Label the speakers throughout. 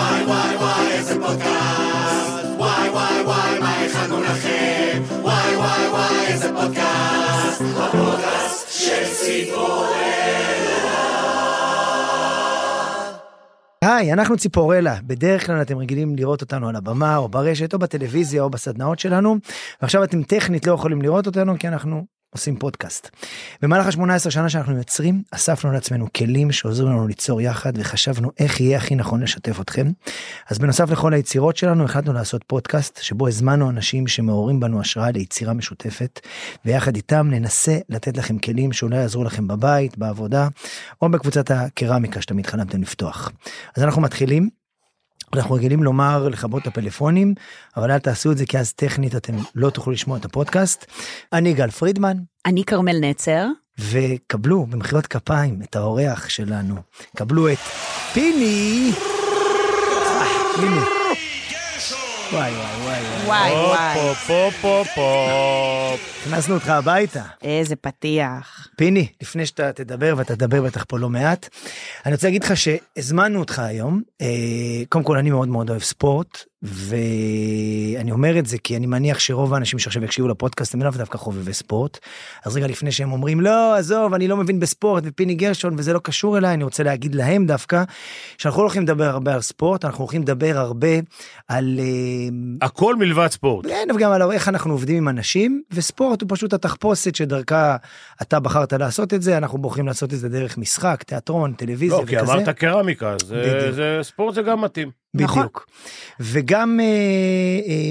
Speaker 1: וואי וואי איזה פודקאסט וואי וואי וואי מה הכנו לכם וואי וואי וואי איזה פודקאסט הפודקאסט של ציפורלה
Speaker 2: היי, אנחנו ציפורלה. בדרך כלל אתם רגילים לראות אותנו על הבמה או ברשת או בטלוויזיה או בסדנאות שלנו, ועכשיו אתם טכנית לא יכולים לראות אותנו כי אנחנו עושים פודקאסט. במהלך ה-18 שנה שאנחנו מייצרים, אספנו לעצמנו כלים שעוזרים לנו ליצור יחד וחשבנו איך יהיה הכי נכון לשתף אתכם. אז בנוסף לכל היצירות שלנו, החלטנו לעשות פודקאסט שבו הזמנו אנשים שמעוררים בנו השראה ליצירה משותפת, ויחד איתם ננסה לתת לכם כלים שאולי יעזרו לכם בבית, בעבודה, או בקבוצת הקרמיקה שתמיד חלמתם לפתוח. אז אנחנו מתחילים. אנחנו רגילים לומר לכבות את הפלאפונים, אבל אל תעשו את זה כי אז טכנית אתם לא תוכלו לשמוע את הפודקאסט. אני גל פרידמן,
Speaker 3: אני כרמל נצר.
Speaker 2: וקבלו במחיאות כפיים את האורח שלנו. קבלו את פיני. אה, פיני. וואי וואי וואי. וואי.
Speaker 3: וואי וואי,
Speaker 4: פופ, פופ, פופ, פופ.
Speaker 2: הכנסנו אותך הביתה.
Speaker 3: איזה פתיח.
Speaker 2: פיני, לפני שאתה תדבר, ואתה תדבר בטח פה לא מעט, אני רוצה להגיד לך שהזמנו אותך היום. אה, קודם כל, אני מאוד מאוד אוהב ספורט, ואני אומר את זה כי אני מניח שרוב האנשים שעכשיו יקשיבו לפודקאסט הם לאו דווקא חובבי ספורט. אז רגע לפני שהם אומרים, לא, עזוב, אני לא מבין בספורט, ופיני גרשון, וזה לא קשור אליי, אני רוצה להגיד להם דווקא, שאנחנו לא הולכים לדבר הרבה על ספורט, אנחנו הולכים לדבר הרבה על... אה,
Speaker 4: הכל מלבד ספורט.
Speaker 2: כן, וגם על איך אנחנו עובדים עם אנשים, וספורט הוא פשוט התחפושת שדרכה אתה בחרת לעשות את זה, אנחנו בוחרים לעשות את זה דרך משחק, תיאטרון, טלוויזיה
Speaker 4: לא, כי
Speaker 2: וכזה.
Speaker 4: אמרת קרמיקה, אז, אה,
Speaker 2: בדיוק.
Speaker 4: זה- ספורט זה גם מתאים.
Speaker 3: נכון.
Speaker 2: בדיוק. וגם אה, אה,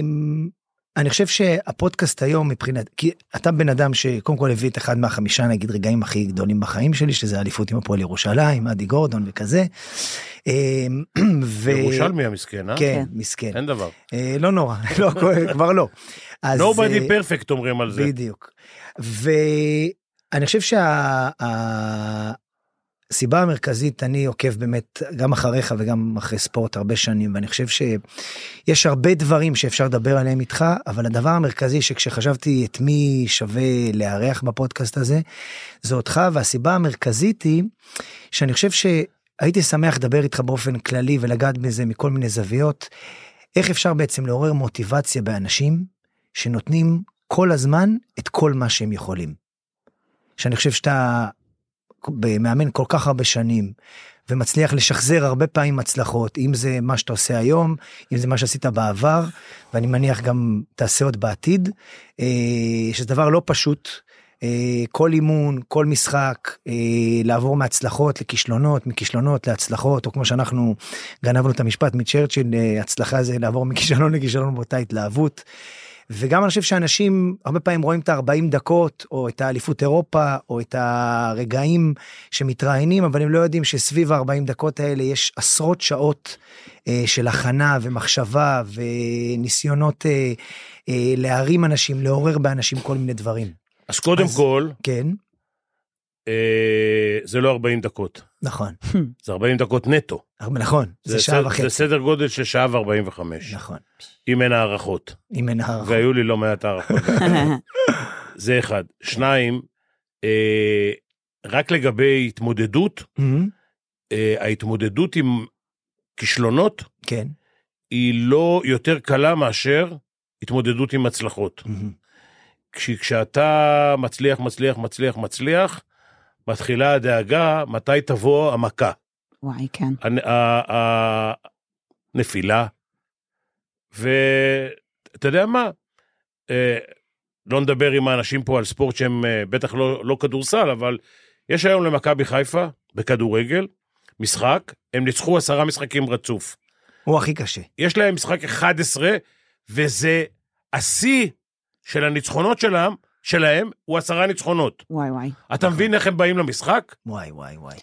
Speaker 2: אני חושב שהפודקאסט היום מבחינת, כי אתה בן אדם שקודם כל הביא את אחד מהחמישה נגיד רגעים הכי גדולים בחיים שלי, שזה האליפות עם הפועל ירושלים, אדי גורדון וכזה. אה, ו...
Speaker 4: ירושלמי המסכן, אה?
Speaker 2: כן,
Speaker 3: כן.
Speaker 2: מסכן.
Speaker 4: אין דבר.
Speaker 2: אה, לא נורא, לא, כבר לא. אז,
Speaker 4: Nobody
Speaker 2: אה,
Speaker 4: perfect אומרים על זה.
Speaker 2: בדיוק. ואני חושב שהסיבה המרכזית, אני עוקב באמת גם אחריך וגם אחרי ספורט הרבה שנים, ואני חושב שיש הרבה דברים שאפשר לדבר עליהם איתך, אבל הדבר המרכזי שכשחשבתי את מי שווה לארח בפודקאסט הזה, זה אותך, והסיבה המרכזית היא שאני חושב שהייתי שמח לדבר איתך באופן כללי ולגעת בזה מכל מיני זוויות. איך אפשר בעצם לעורר מוטיבציה באנשים שנותנים כל הזמן את כל מה שהם יכולים. שאני חושב שאתה מאמן כל כך הרבה שנים ומצליח לשחזר הרבה פעמים הצלחות, אם זה מה שאתה עושה היום, אם זה מה שעשית בעבר, ואני מניח גם תעשה עוד בעתיד, אה, שזה דבר לא פשוט. אה, כל אימון, כל משחק, אה, לעבור מהצלחות לכישלונות, מכישלונות להצלחות, או כמו שאנחנו גנבנו את המשפט מצ'רצ'יל, אה, הצלחה זה לעבור מכישלון לכישלון באותה התלהבות. וגם אני חושב שאנשים הרבה פעמים רואים את ה-40 דקות, או את האליפות אירופה, או את הרגעים שמתראיינים, אבל הם לא יודעים שסביב ה-40 דקות האלה יש עשרות שעות אה, של הכנה ומחשבה וניסיונות אה, אה, להרים אנשים, לעורר באנשים כל מיני דברים.
Speaker 4: אז קודם
Speaker 2: אז-
Speaker 4: כל,
Speaker 2: כן,
Speaker 4: אה, זה לא 40 דקות,
Speaker 2: נכון,
Speaker 4: זה 40 דקות נטו.
Speaker 2: הרבה- נכון, זה שעה
Speaker 4: סדר-
Speaker 2: וחצי.
Speaker 4: זה סדר גודל של שעה ו-45,
Speaker 2: נכון,
Speaker 4: אם אין הערכות.
Speaker 2: אם אין הערכה.
Speaker 4: והיו לי לא מעט הערכות. זה אחד. שניים, אה, רק לגבי התמודדות,
Speaker 2: מהמם,
Speaker 4: אה, ההתמודדות עם כישלונות
Speaker 2: כן,
Speaker 4: היא לא יותר קלה מאשר התמודדות עם הצלחות.
Speaker 2: מהמם,
Speaker 4: כש, כשאתה מצליח, מצליח, מצליח, מצליח, מתחילה הדאגה מתי תבוא המכה,
Speaker 3: וואי, כן.
Speaker 4: הנ- ה- ה- הנפילה. ואתה יודע מה? אה, לא נדבר עם האנשים פה על ספורט שהם אה, בטח לא, לא כדורסל, אבל יש היום למכבי חיפה בכדורגל משחק, הם ניצחו עשרה משחקים רצוף.
Speaker 2: הוא הכי קשה.
Speaker 4: יש להם משחק 11, וזה השיא של הניצחונות שלהם, שלהם הוא עשרה ניצחונות.
Speaker 3: וואי וואי.
Speaker 4: אתה מבין איך הם באים למשחק?
Speaker 2: וואי וואי וואי.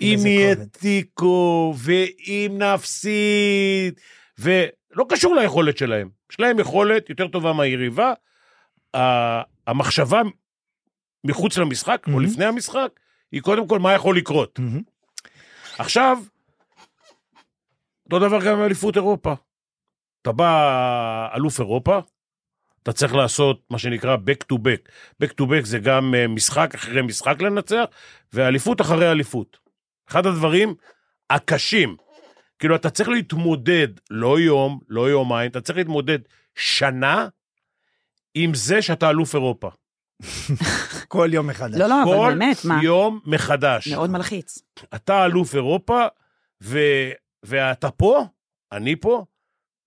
Speaker 4: אם
Speaker 2: איזה
Speaker 4: יהיה
Speaker 2: כובד.
Speaker 4: תיקו, ואם נפסיד, ולא לא קשור ליכולת שלהם. יש להם יכולת יותר טובה מהיריבה. ה- המחשבה מחוץ למשחק, או
Speaker 2: Mhm.
Speaker 4: לפני המשחק, היא קודם כל מה יכול לקרות.
Speaker 2: מהמם,
Speaker 4: עכשיו, אותו דבר גם עם אליפות אירופה. אתה בא אלוף אירופה, אתה צריך לעשות מה שנקרא back to back. back to back זה גם אה, משחק אחרי משחק לנצח, ואליפות אחרי אליפות. אחד הדברים הקשים, כאילו, אתה צריך להתמודד, לא יום, לא יומיים, אתה צריך להתמודד שנה עם זה שאתה אלוף אירופה.
Speaker 2: כל יום מחדש.
Speaker 3: לא, לא, אבל
Speaker 4: כל
Speaker 3: באמת, מה?
Speaker 4: יום מחדש.
Speaker 3: מאוד מלחיץ.
Speaker 4: אתה אלוף אירופה, ו... ואתה פה, אני פה,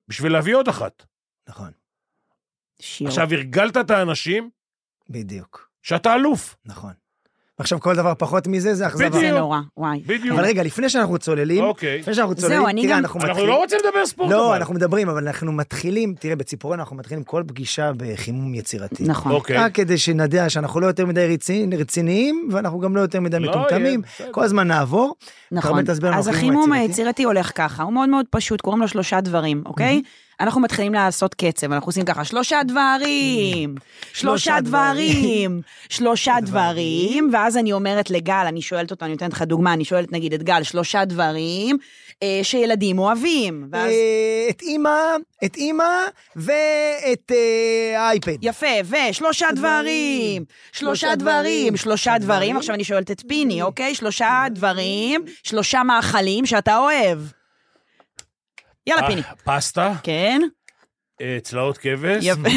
Speaker 4: בשביל להביא עוד אחת.
Speaker 2: נכון,
Speaker 3: שיעור.
Speaker 4: עכשיו, הרגלת את האנשים
Speaker 2: בדיוק,
Speaker 4: שאתה אלוף.
Speaker 2: נכון. עכשיו כל דבר פחות מזה זה אכזבה.
Speaker 4: בדיוק.
Speaker 3: זה נורא, וואי.
Speaker 4: בדיוק.
Speaker 2: אבל רגע, לפני שאנחנו צוללים,
Speaker 4: אוקיי.
Speaker 2: לפני שאנחנו
Speaker 3: זהו, אני
Speaker 2: צוללים, תראה,
Speaker 3: גם-
Speaker 2: אנחנו
Speaker 4: אנחנו
Speaker 2: מתחילים.
Speaker 4: לא רוצים לדבר ספורט.
Speaker 2: לא,
Speaker 4: אבל.
Speaker 2: אנחנו מדברים, אבל אנחנו מתחילים, תראה, בציפורן אנחנו מתחילים כל פגישה בחימום יצירתי.
Speaker 3: נכון.
Speaker 4: אוקיי.
Speaker 2: רק כדי שנדע שאנחנו לא יותר מדי רציני- רציניים, ואנחנו גם לא יותר מדי
Speaker 4: לא,
Speaker 2: מטומטמים.
Speaker 4: יהיה, בסדר.
Speaker 2: כל הזמן נעבור.
Speaker 3: נכון.
Speaker 2: תסביר לנו
Speaker 3: אז
Speaker 2: החימום
Speaker 3: החימום
Speaker 2: היצירתי.
Speaker 3: היצירתי הולך ככה, הוא מאוד מאוד פשוט, קוראים לו שלושה דברים, אוקיי? אנחנו מתחילים לעשות קצב, אנחנו עושים ככה, שלושה דברים, שלושה דברים, שלושה דברים, ואז אני אומרת לגל, אני שואלת אותו, אני נותנת לך דוגמה, אני שואלת נגיד את גל, שלושה דברים אה, שילדים אוהבים, ואז...
Speaker 2: אה, את אימא, את אימא ואת אה, האייפד.
Speaker 3: יפה, ושלושה דברים, שלושה דברים, שלושה דברים, עכשיו אני שואלת את פיני, אוקיי? שלושה דברים, שלושה מאכלים שאתה אוהב. יאללה, פיני.
Speaker 4: פ- אה, פסטה,
Speaker 3: כן,
Speaker 4: אה, צלעות כבש,
Speaker 3: יפה,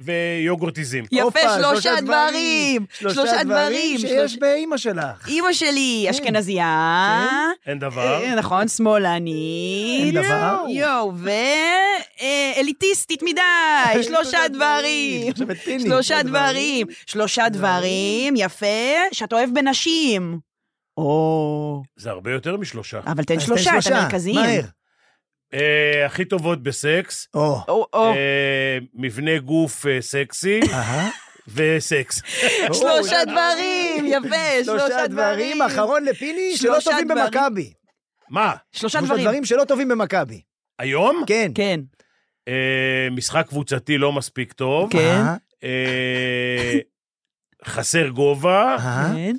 Speaker 4: ו- ויוגורט עיזים.
Speaker 3: יפה,
Speaker 2: הופה,
Speaker 3: שלושה דברים, שלושה דברים. שלוש-
Speaker 2: שיש באימא שלך.
Speaker 3: אימא שלי אשכנזייה,
Speaker 4: אין כן. דבר.
Speaker 3: אה, נכון, שמאלנית,
Speaker 2: אין דבר.
Speaker 3: יואו, ואליטיסטית מדי, שלושה דברים,
Speaker 2: עכשיו את פיני.
Speaker 3: שלושה דברים, שלושה דברים, יפה, שאתה אוהב בנשים. או,
Speaker 4: זה הרבה יותר משלושה.
Speaker 3: אבל תן
Speaker 2: אז
Speaker 3: שלושה, את המרכזיים.
Speaker 2: מהר.
Speaker 4: אה, הכי טובות בסקס,
Speaker 2: או.
Speaker 3: או, או,
Speaker 4: אה, מבנה גוף אה, סקסי,
Speaker 2: אהה.
Speaker 4: וסקס.
Speaker 3: שלושה דברים, יפה,
Speaker 2: שלושה דברים, אחרון לפיני, שלא
Speaker 3: שלושה
Speaker 2: טובים
Speaker 3: דברים.
Speaker 2: במכבי.
Speaker 4: מה,
Speaker 3: שלושה
Speaker 2: שלושה
Speaker 3: דברים,
Speaker 2: דברים שלא טובים במכבי.
Speaker 4: היום?
Speaker 2: כן.
Speaker 3: כן,
Speaker 4: אה, משחק קבוצתי לא מספיק טוב.
Speaker 3: כן.
Speaker 2: אהה,
Speaker 4: אה, חסר גובה,
Speaker 2: אהה.
Speaker 3: כן.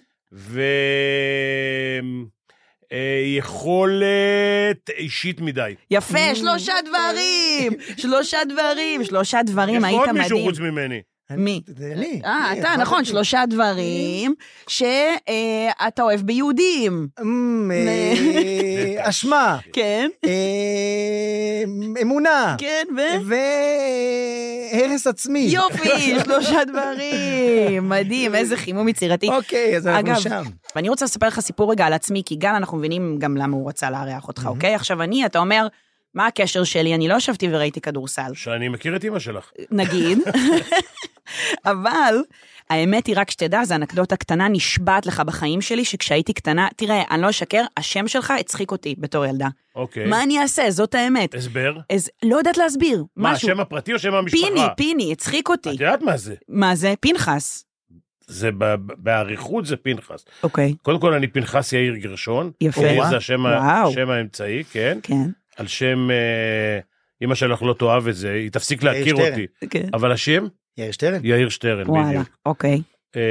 Speaker 4: ויכולת אה, אישית מדי.
Speaker 3: יפה, שלושה דברים, שלושה דברים, שלושה דברים,
Speaker 4: יש
Speaker 3: היית
Speaker 4: עוד
Speaker 3: מדהים.
Speaker 4: מישהו חוץ ממני.
Speaker 3: מי?
Speaker 2: זה לי.
Speaker 3: אה,
Speaker 2: לי,
Speaker 3: אתה,
Speaker 2: אמרתי.
Speaker 3: נכון, שלושה דברים שאתה אוהב ביהודים.
Speaker 2: אמ, אה, אשמה,
Speaker 3: כן,
Speaker 2: אה, אמונה,
Speaker 3: כן, ו...
Speaker 2: והרס עצמי.
Speaker 3: יופי, שלושה דברים, מדהים, איזה חימום יצירתי.
Speaker 2: אוקיי, אז אנחנו
Speaker 3: אגב,
Speaker 2: שם.
Speaker 3: ואני רוצה לספר לך סיפור רגע על עצמי, כי גל, אנחנו מבינים גם למה הוא רצה לארח אותך, אוקיי? עכשיו אני, אתה אומר, מה הקשר שלי? אני לא ישבתי וראיתי כדורסל,
Speaker 4: שאני מכיר את אימא שלך.
Speaker 3: אה, נגיד. אבל האמת היא, רק שתדע, זו אנקדוטה קטנה נשבעת לך בחיים שלי, שכשהייתי קטנה, תראה, אני לא אשקר, השם שלך הצחיק אותי בתור ילדה.
Speaker 4: אוקיי.
Speaker 3: מה אני אעשה? זאת האמת.
Speaker 4: הסבר?
Speaker 3: אז לא יודעת להסביר,
Speaker 4: מה,
Speaker 3: משהו.
Speaker 4: השם הפרטי או שם המשפחה?
Speaker 3: פיני, פיני, הצחיק אותי.
Speaker 4: את יודעת מה זה?
Speaker 3: מה זה? פנחס.
Speaker 4: זה ב- באריכות זה פנחס.
Speaker 3: אוקיי.
Speaker 4: קודם כל, אני פנחס יאיר גרשון.
Speaker 3: יפה.
Speaker 4: יאיר
Speaker 2: וואו.
Speaker 4: אוקיי, זה השם ה-
Speaker 3: וואו.
Speaker 4: השם האמצעי, כן.
Speaker 3: כן,
Speaker 4: על שם... אה, אימא שלך לא תאהב את זה, היא תפסיק להכיר
Speaker 2: שטרן.
Speaker 4: אותי.
Speaker 3: כן.
Speaker 4: אבל השם?
Speaker 2: יאיר שטרן?
Speaker 4: יאיר שטרן,
Speaker 3: וואלה,
Speaker 4: בדיוק.
Speaker 3: אוקיי.
Speaker 4: אה,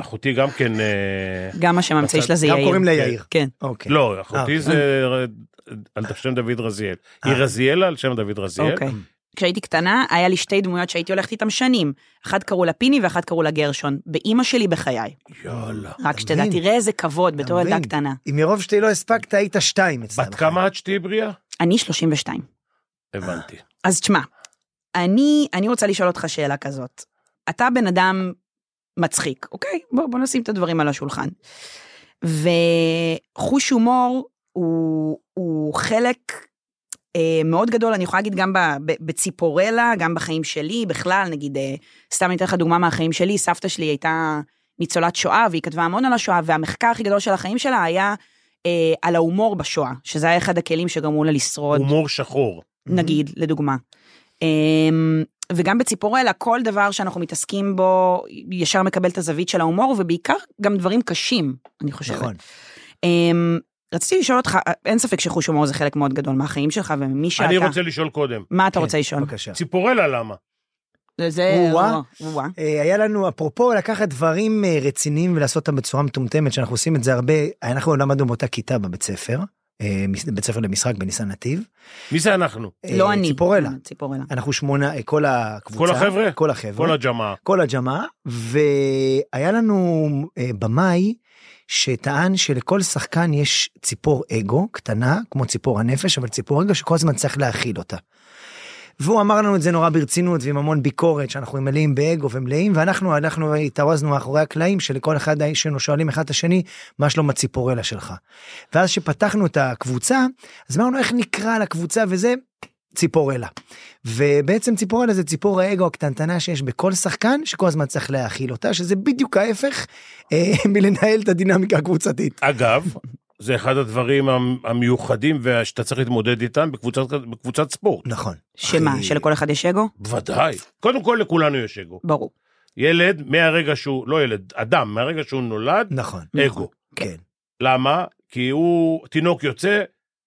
Speaker 4: אחותי גם כן... אה,
Speaker 3: גם השם האמצעי שלה זה
Speaker 2: גם
Speaker 3: יאיר.
Speaker 2: קוראים לה יאיר.
Speaker 3: כן. אה,
Speaker 2: אוקיי.
Speaker 4: לא,
Speaker 2: אוקיי.
Speaker 4: אחותי זה ר- על שם דוד רזיאל. היא רזיאלה על שם דוד רזיאל.
Speaker 3: אוקיי. כשהייתי קטנה, היה לי שתי דמויות שהייתי הולכת איתן שנים. אחת קראו לה פיני ואחת קראו לה גרשון. באימא שלי בחיי.
Speaker 4: יאללה.
Speaker 3: רק שתדע,
Speaker 2: מבין?
Speaker 3: תראה איזה כבוד בתור
Speaker 2: אתה
Speaker 3: ילדה
Speaker 2: מבין?
Speaker 3: קטנה.
Speaker 2: אם מרוב שתי לא הספקת, היית שתיים אצלם.
Speaker 4: בת כמה את שתהיי בריאה?
Speaker 3: אני 32.
Speaker 4: הבנתי.
Speaker 3: אז תשמע, אני, אני רוצה לשאול אותך שאלה כזאת. אתה בן אדם מצחיק, אוקיי? בוא, בוא נשים את הדברים על השולחן. וחוש הומור הוא, הוא חלק אה, מאוד גדול, אני יכולה להגיד גם ב, ב, בציפורלה, גם בחיים שלי, בכלל, נגיד, אה, סתם אני אתן לך דוגמה מהחיים שלי, סבתא שלי הייתה ניצולת שואה, והיא כתבה המון על השואה, והמחקר הכי גדול של החיים שלה היה אה, על ההומור בשואה, שזה היה אחד הכלים שגרמו לה לשרוד.
Speaker 4: הומור שחור.
Speaker 3: נגיד, לדוגמה. אמ, וגם בציפורלה, כל דבר שאנחנו מתעסקים בו, ישר מקבל את הזווית של ההומור, ובעיקר גם דברים קשים, אני חושבת.
Speaker 2: נכון.
Speaker 3: נכון. רציתי לשאול אותך, אה, אין ספק שחוש הומור זה חלק מאוד גדול מהחיים שלך, וממי שאתה...
Speaker 4: אני רוצה אוקיי. לשאול קודם.
Speaker 3: מה אתה
Speaker 2: כן,
Speaker 3: רוצה לשאול?
Speaker 2: בבקשה.
Speaker 4: ציפורלה למה?
Speaker 3: זה...
Speaker 2: או-אה.
Speaker 3: או-אה.
Speaker 2: אה, היה לנו אפרופו לקחת דברים אה, רציניים ולעשות אותם בצורה מטומטמת שאנחנו עושים את זה הרבה אנחנו למדנו באותה כיתה בבית ספר אה, מס- בית ספר למשחק בניסן נתיב.
Speaker 4: מי זה אנחנו?
Speaker 2: אה,
Speaker 3: לא אני.
Speaker 2: ציפורלה.
Speaker 3: ציפורלה.
Speaker 2: אנחנו שמונה אה, כל הקבוצה.
Speaker 4: כל החבר'ה?
Speaker 2: כל החבר'ה.
Speaker 4: כל הג'מעה.
Speaker 2: כל הג'מעה, והיה לנו אה, במאי שטען שלכל שחקן יש ציפור אגו קטנה, כמו ציפור הנפש, אבל ציפור אגו שכל הזמן צריך להכיל אותה. והוא אמר לנו את זה נורא ברצינות ועם המון ביקורת שאנחנו מלאים באגו ומלאים ואנחנו אנחנו התארזנו מאחורי הקלעים שלכל אחד היינו שואלים אחד את השני מה שלום הציפורלה שלך. ואז שפתחנו את הקבוצה אז אמרנו איך נקרא לקבוצה וזה ציפורלה. ובעצם ציפורלה זה ציפור האגו הקטנטנה שיש בכל שחקן שכל הזמן צריך להאכיל אותה שזה בדיוק ההפך אה, מלנהל את הדינמיקה הקבוצתית.
Speaker 4: אגב, זה אחד הדברים המ- המיוחדים וה- שאתה צריך להתמודד איתם בקבוצת, בקבוצת ספורט.
Speaker 2: נכון.
Speaker 3: שמה,
Speaker 2: הכי-
Speaker 3: שלכל אחד יש אגו?
Speaker 4: בוודאי. קודם כל, לכולנו יש אגו.
Speaker 3: ברור.
Speaker 4: ילד, מהרגע שהוא, לא ילד, אדם, מהרגע שהוא נולד,
Speaker 2: נכון.
Speaker 4: אגו.
Speaker 2: כן.
Speaker 4: למה? כי הוא, תינוק יוצא,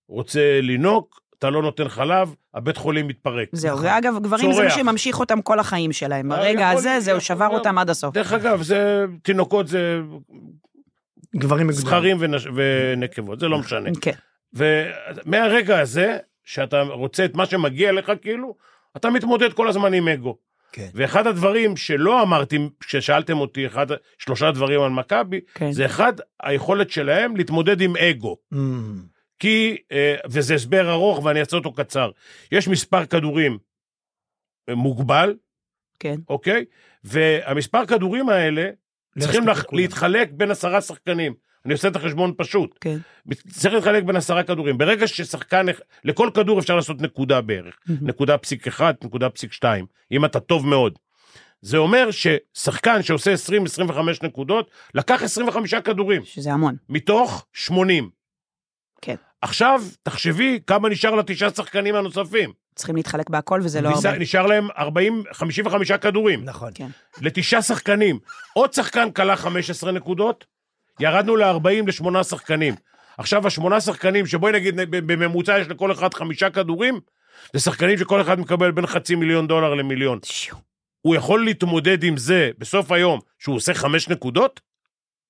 Speaker 4: רוצה לינוק, אתה לא נותן חלב, הבית חולים מתפרק.
Speaker 3: זהו,
Speaker 2: נכון.
Speaker 3: ואגב, גברים זה מה
Speaker 4: צורח.
Speaker 3: שממשיך אותם כל החיים שלהם.
Speaker 4: אה,
Speaker 3: ברגע
Speaker 4: יכול
Speaker 3: הזה,
Speaker 4: להיות,
Speaker 3: זהו,
Speaker 4: יכול
Speaker 3: שבר
Speaker 4: להיות.
Speaker 3: אותם עד הסוף.
Speaker 4: דרך אגב, זה, תינוקות זה
Speaker 2: גברים מגודרים.
Speaker 4: זכרים ונש- ונקבות, זה לא משנה.
Speaker 3: כן.
Speaker 4: ומהרגע הזה, שאתה רוצה את מה שמגיע לך, כאילו, אתה מתמודד כל הזמן עם אגו.
Speaker 2: כן.
Speaker 4: ואחד הדברים שלא אמרתי, כששאלתם אותי אחד, שלושה דברים על מכבי,
Speaker 3: כן.
Speaker 4: זה אחד, היכולת שלהם להתמודד עם אגו.
Speaker 2: אמ,
Speaker 4: כי, אה, וזה הסבר ארוך ואני אעשה אותו קצר, יש מספר כדורים אה, מוגבל,
Speaker 3: כן.
Speaker 4: אוקיי? והמספר כדורים האלה צריכים
Speaker 2: מספיק
Speaker 4: לח-
Speaker 2: לא לכולם.
Speaker 4: להתחלק בין עשרה שחקנים. אני עושה את החשבון פשוט.
Speaker 3: כן.
Speaker 4: צריך להתחלק בין עשרה כדורים. ברגע ששחקן, אח- לכל כדור אפשר לעשות נקודה בערך.
Speaker 3: Mm.
Speaker 4: נקודה פסיק אחד, נקודה פסיק שתיים, אם אתה טוב מאוד. זה אומר ששחקן שעושה 20-25 נקודות, לקח 25 כדורים,
Speaker 3: שזה המון.
Speaker 4: מתוך 80.
Speaker 3: כן.
Speaker 4: עכשיו, תחשבי כמה נשאר לתשעה שחקנים הנוספים.
Speaker 3: צריכים להתחלק בהכל וזה לא הרבה.
Speaker 4: נשאר- נשאר להם 40, 55 כדורים.
Speaker 2: נכון.
Speaker 3: כן.
Speaker 4: לתשעה שחקנים. עוד שחקן כלה 15 נקודות, ירדנו ל-40 לשמונה שחקנים. עכשיו, השמונה שחקנים, שבואי נגיד, ב- בממוצע יש לכל אחד חמישה כדורים, זה שחקנים שכל אחד מקבל בין חצי מיליון דולר למיליון.
Speaker 3: שיו,
Speaker 4: הוא יכול להתמודד עם זה בסוף היום, שהוא עושה חמש נקודות?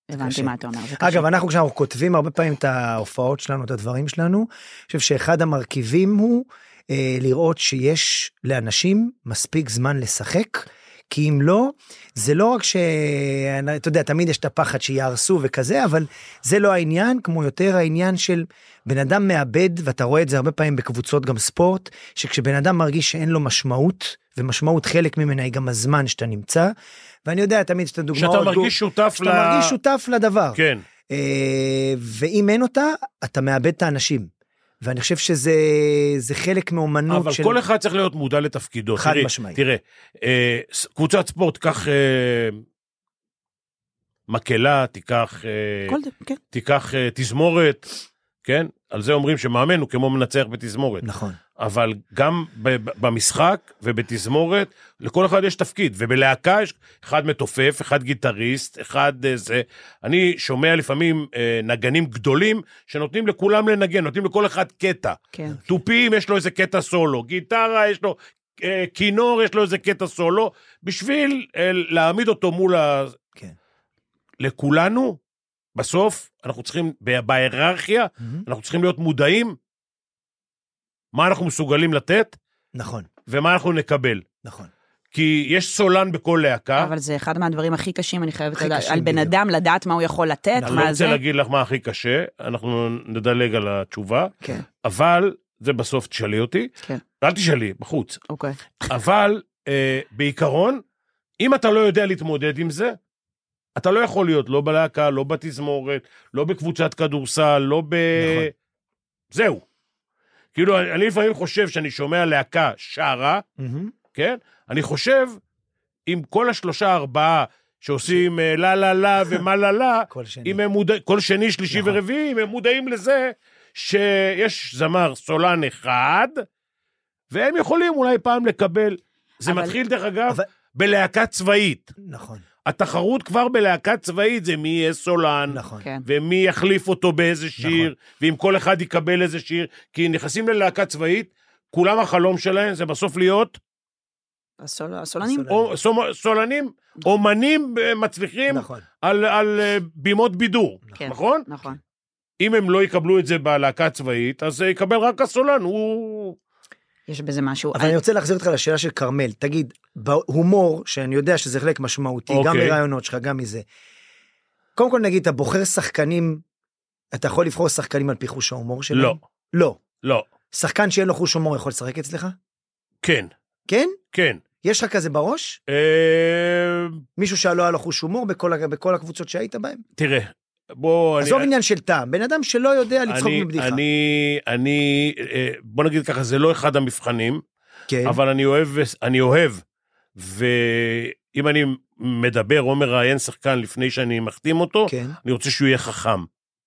Speaker 3: הבנתי
Speaker 2: קשה.
Speaker 3: מה אתה אומר, זה קשה.
Speaker 2: אגב, אנחנו כשאנחנו כותבים הרבה פעמים את ההופעות שלנו, את הדברים שלנו, אני חושב שאחד המרכיבים הוא אה, לראות שיש לאנשים מספיק זמן לשחק. כי אם לא, זה לא רק ש... אתה יודע, תמיד יש את הפחד שיהרסו וכזה, אבל זה לא העניין, כמו יותר העניין של בן אדם מאבד, ואתה רואה את זה הרבה פעמים בקבוצות גם ספורט, שכשבן אדם מרגיש שאין לו משמעות, ומשמעות חלק ממנה היא גם הזמן שאתה נמצא, ואני יודע תמיד שאתה דוגמאות...
Speaker 4: שאתה מרגיש שותף ל...
Speaker 2: שאתה מרגיש שותף לדבר.
Speaker 4: כן.
Speaker 2: אה, ואם אין אותה, אתה מאבד את האנשים. ואני חושב שזה זה חלק מאומנות
Speaker 4: אבל
Speaker 2: של...
Speaker 4: כל אחד צריך להיות מודע לתפקידו.
Speaker 2: חד
Speaker 4: תראי,
Speaker 2: משמעית.
Speaker 4: תראה, אה, ס- קבוצת ספורט, קח אה, מקהלה, תיקח, אה,
Speaker 3: כל זה, כן.
Speaker 4: תיקח אה, תזמורת, כן? על זה אומרים שמאמן הוא כמו מנצח בתזמורת.
Speaker 2: נכון.
Speaker 4: אבל גם ב- ב- במשחק ובתזמורת, לכל אחד יש תפקיד, ובלהקה יש אחד מתופף, אחד גיטריסט, אחד אה, זה. אני שומע לפעמים אה, נגנים גדולים שנותנים לכולם לנגן, נותנים לכל אחד קטע.
Speaker 3: כן.
Speaker 4: תופים, יש לו איזה קטע סולו, גיטרה, יש לו, אה, כינור, יש לו איזה קטע סולו, בשביל אה, להעמיד אותו מול ה...
Speaker 2: כן.
Speaker 4: לכולנו, בסוף, אנחנו צריכים, ב- בהיררכיה,
Speaker 2: מהמם.
Speaker 4: אנחנו צריכים להיות מודעים מה אנחנו מסוגלים לתת
Speaker 2: נכון,
Speaker 4: ומה אנחנו נקבל.
Speaker 2: נכון.
Speaker 4: כי יש סולן בכל להקה,
Speaker 3: אבל זה אחד מהדברים הכי קשים, אני חייבת
Speaker 2: הכי
Speaker 3: לדעת,
Speaker 2: קשים
Speaker 3: על בן
Speaker 2: בדיוק.
Speaker 3: אדם לדעת מה הוא יכול לתת,
Speaker 4: אני לא
Speaker 3: מה זה.
Speaker 4: רוצה להגיד לך מה הכי קשה, אנחנו נדלג על התשובה,
Speaker 2: כן.
Speaker 4: אבל זה בסוף תשאלי אותי.
Speaker 3: כן.
Speaker 4: אל תשאלי, בחוץ.
Speaker 3: אוקיי.
Speaker 4: נכון. אבל אה, בעיקרון, אם אתה לא יודע להתמודד עם זה, אתה לא יכול להיות לא בלהקה, לא בתזמורת, לא בקבוצת כדורסל, לא ב...
Speaker 2: נכון.
Speaker 4: זהו. כאילו, אני אני לפעמים חושב שאני שומע להקה שרה,
Speaker 2: מהמם.
Speaker 4: כן? אני חושב, עם כל השלושה ארבעה שעושים אה, לה לה לה ומה לה לה,
Speaker 2: כל שני.
Speaker 4: אם הם מודע... כל שני, שלישי
Speaker 2: נכון.
Speaker 4: ורביעי, אם הם מודעים לזה שיש זמר סולן אחד, והם יכולים אולי פעם לקבל. זה
Speaker 3: אבל-
Speaker 4: מתחיל, דרך אגב,
Speaker 2: אבל-
Speaker 4: בלהקה צבאית.
Speaker 2: נכון,
Speaker 4: התחרות כבר בלהקה צבאית זה מי יהיה סולן,
Speaker 2: נכון.
Speaker 3: כן.
Speaker 4: ומי יחליף אותו באיזה שיר, ואם כל אחד יקבל איזה שיר, כי נכנסים ללהקה צבאית, כולם החלום שלהם זה בסוף להיות
Speaker 3: הסול- הסולנים?
Speaker 2: הסולנים.
Speaker 4: או, סומ- סולנים, אומנים אה, מצליחים
Speaker 2: נכון.
Speaker 4: על, על אה, בימות בידור,
Speaker 3: כן.
Speaker 4: נכון?
Speaker 3: נכון.
Speaker 4: אם הם לא יקבלו את זה בלהקה הצבאית, אז אה, יקבל רק הסולן, הוא...
Speaker 3: יש בזה משהו. אה,
Speaker 2: אבל אני רוצה להחזיר אותך לשאלה של כרמל. תגיד, בהומור, שאני יודע שזה חלק משמעותי, גם
Speaker 4: אוקיי.
Speaker 2: ברעיונות שלך, גם מזה, קודם כל נגיד, אתה בוחר שחקנים, אתה יכול לבחור שחקנים על פי חוש ההומור שלהם?
Speaker 4: לא,
Speaker 2: לא.
Speaker 4: לא,
Speaker 2: שחקן שאין לו חוש הומור יכול לשחק אצלך?
Speaker 4: כן,
Speaker 2: כן?
Speaker 4: כן.
Speaker 2: יש לך כזה בראש?
Speaker 4: אה,
Speaker 2: מישהו שלא היה לו חוש הומור בכל, ה- בכל הקבוצות שהיית בהן?
Speaker 4: תראה, בוא... אני-
Speaker 2: עזוב עניין של טעם, בן אדם שלא יודע לצחוק
Speaker 4: אני-
Speaker 2: מבדיחה.
Speaker 4: אני, אני, אה, בוא נגיד ככה, זה לא אחד המבחנים,
Speaker 2: כן,
Speaker 4: אבל אני אוהב, אני אוהב, ואם אני מדבר או מראיין שחקן לפני שאני מחתים אותו,
Speaker 2: כן,
Speaker 4: אני רוצה שהוא יהיה חכם.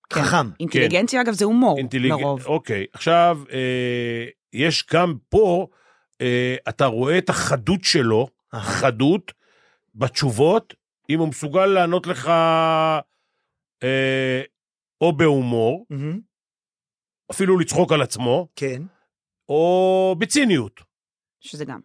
Speaker 3: כן.
Speaker 2: חכם.
Speaker 3: אינטליגנציה, אגב, זה הומור,
Speaker 4: אינטליגנט.
Speaker 3: לרוב.
Speaker 4: אוקיי, עכשיו, אה, יש גם פה, אה, אתה רואה את החדות שלו,
Speaker 2: אה,
Speaker 4: חדות בתשובות, אם הוא מסוגל לענות לך אה, או בהומור,
Speaker 2: מהמם,
Speaker 4: אפילו לצחוק על עצמו,
Speaker 2: כן,
Speaker 4: או בציניות, אה,
Speaker 3: שזה גם.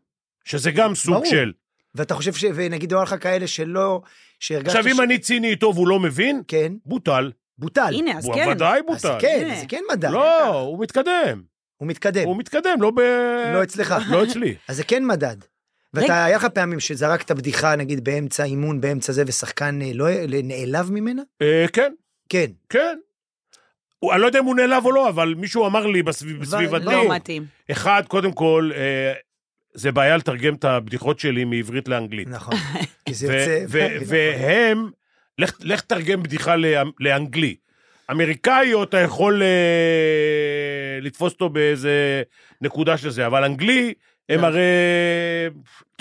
Speaker 4: שזה גם סוג
Speaker 2: ברור.
Speaker 4: של...
Speaker 2: ואתה חושב ש... ונגיד היו לך כאלה שלא... שהרגשת...
Speaker 4: עכשיו,
Speaker 2: ש-
Speaker 4: אם אני ציני איתו והוא לא מבין,
Speaker 2: כן,
Speaker 4: בוטל.
Speaker 2: בוטל.
Speaker 3: הנה, אז
Speaker 4: הוא
Speaker 3: כן.
Speaker 4: ודאי
Speaker 2: אז זה
Speaker 4: בוטל.
Speaker 2: כן,
Speaker 3: הנה.
Speaker 2: זה כן מדע.
Speaker 4: לא, הוא מתקדם.
Speaker 2: הוא מתקדם,
Speaker 4: הוא מתקדם, לא ב...
Speaker 2: לא אצלך.
Speaker 4: לא אצלי.
Speaker 2: אז זה כן מדד. ואתה,
Speaker 3: רגע.
Speaker 2: היה לך פעמים שזרקת בדיחה, נגיד, באמצע אימון, באמצע זה, ושחקן אה, לא נעלב ממנה?
Speaker 4: אה, כן,
Speaker 2: כן.
Speaker 4: כן. הוא- אני לא יודע אם הוא נעלב או לא, אבל מישהו אמר לי בסביב- בסביבתי,
Speaker 3: לא מתאים.
Speaker 4: אחד, קודם כל, אה, זה בעיה לתרגם את הבדיחות שלי מעברית לאנגלית.
Speaker 2: נכון. כי זה
Speaker 4: ו-
Speaker 2: יוצא... נכון.
Speaker 4: ו- והם, לך- לך תרגם בדיחה לאמ- לאנגלי. אמריקאי, או אתה יכול אה, לתפוס אותו באיזה נקודה של זה, אבל אנגלי, הם
Speaker 2: כן.
Speaker 3: לא.
Speaker 4: הרי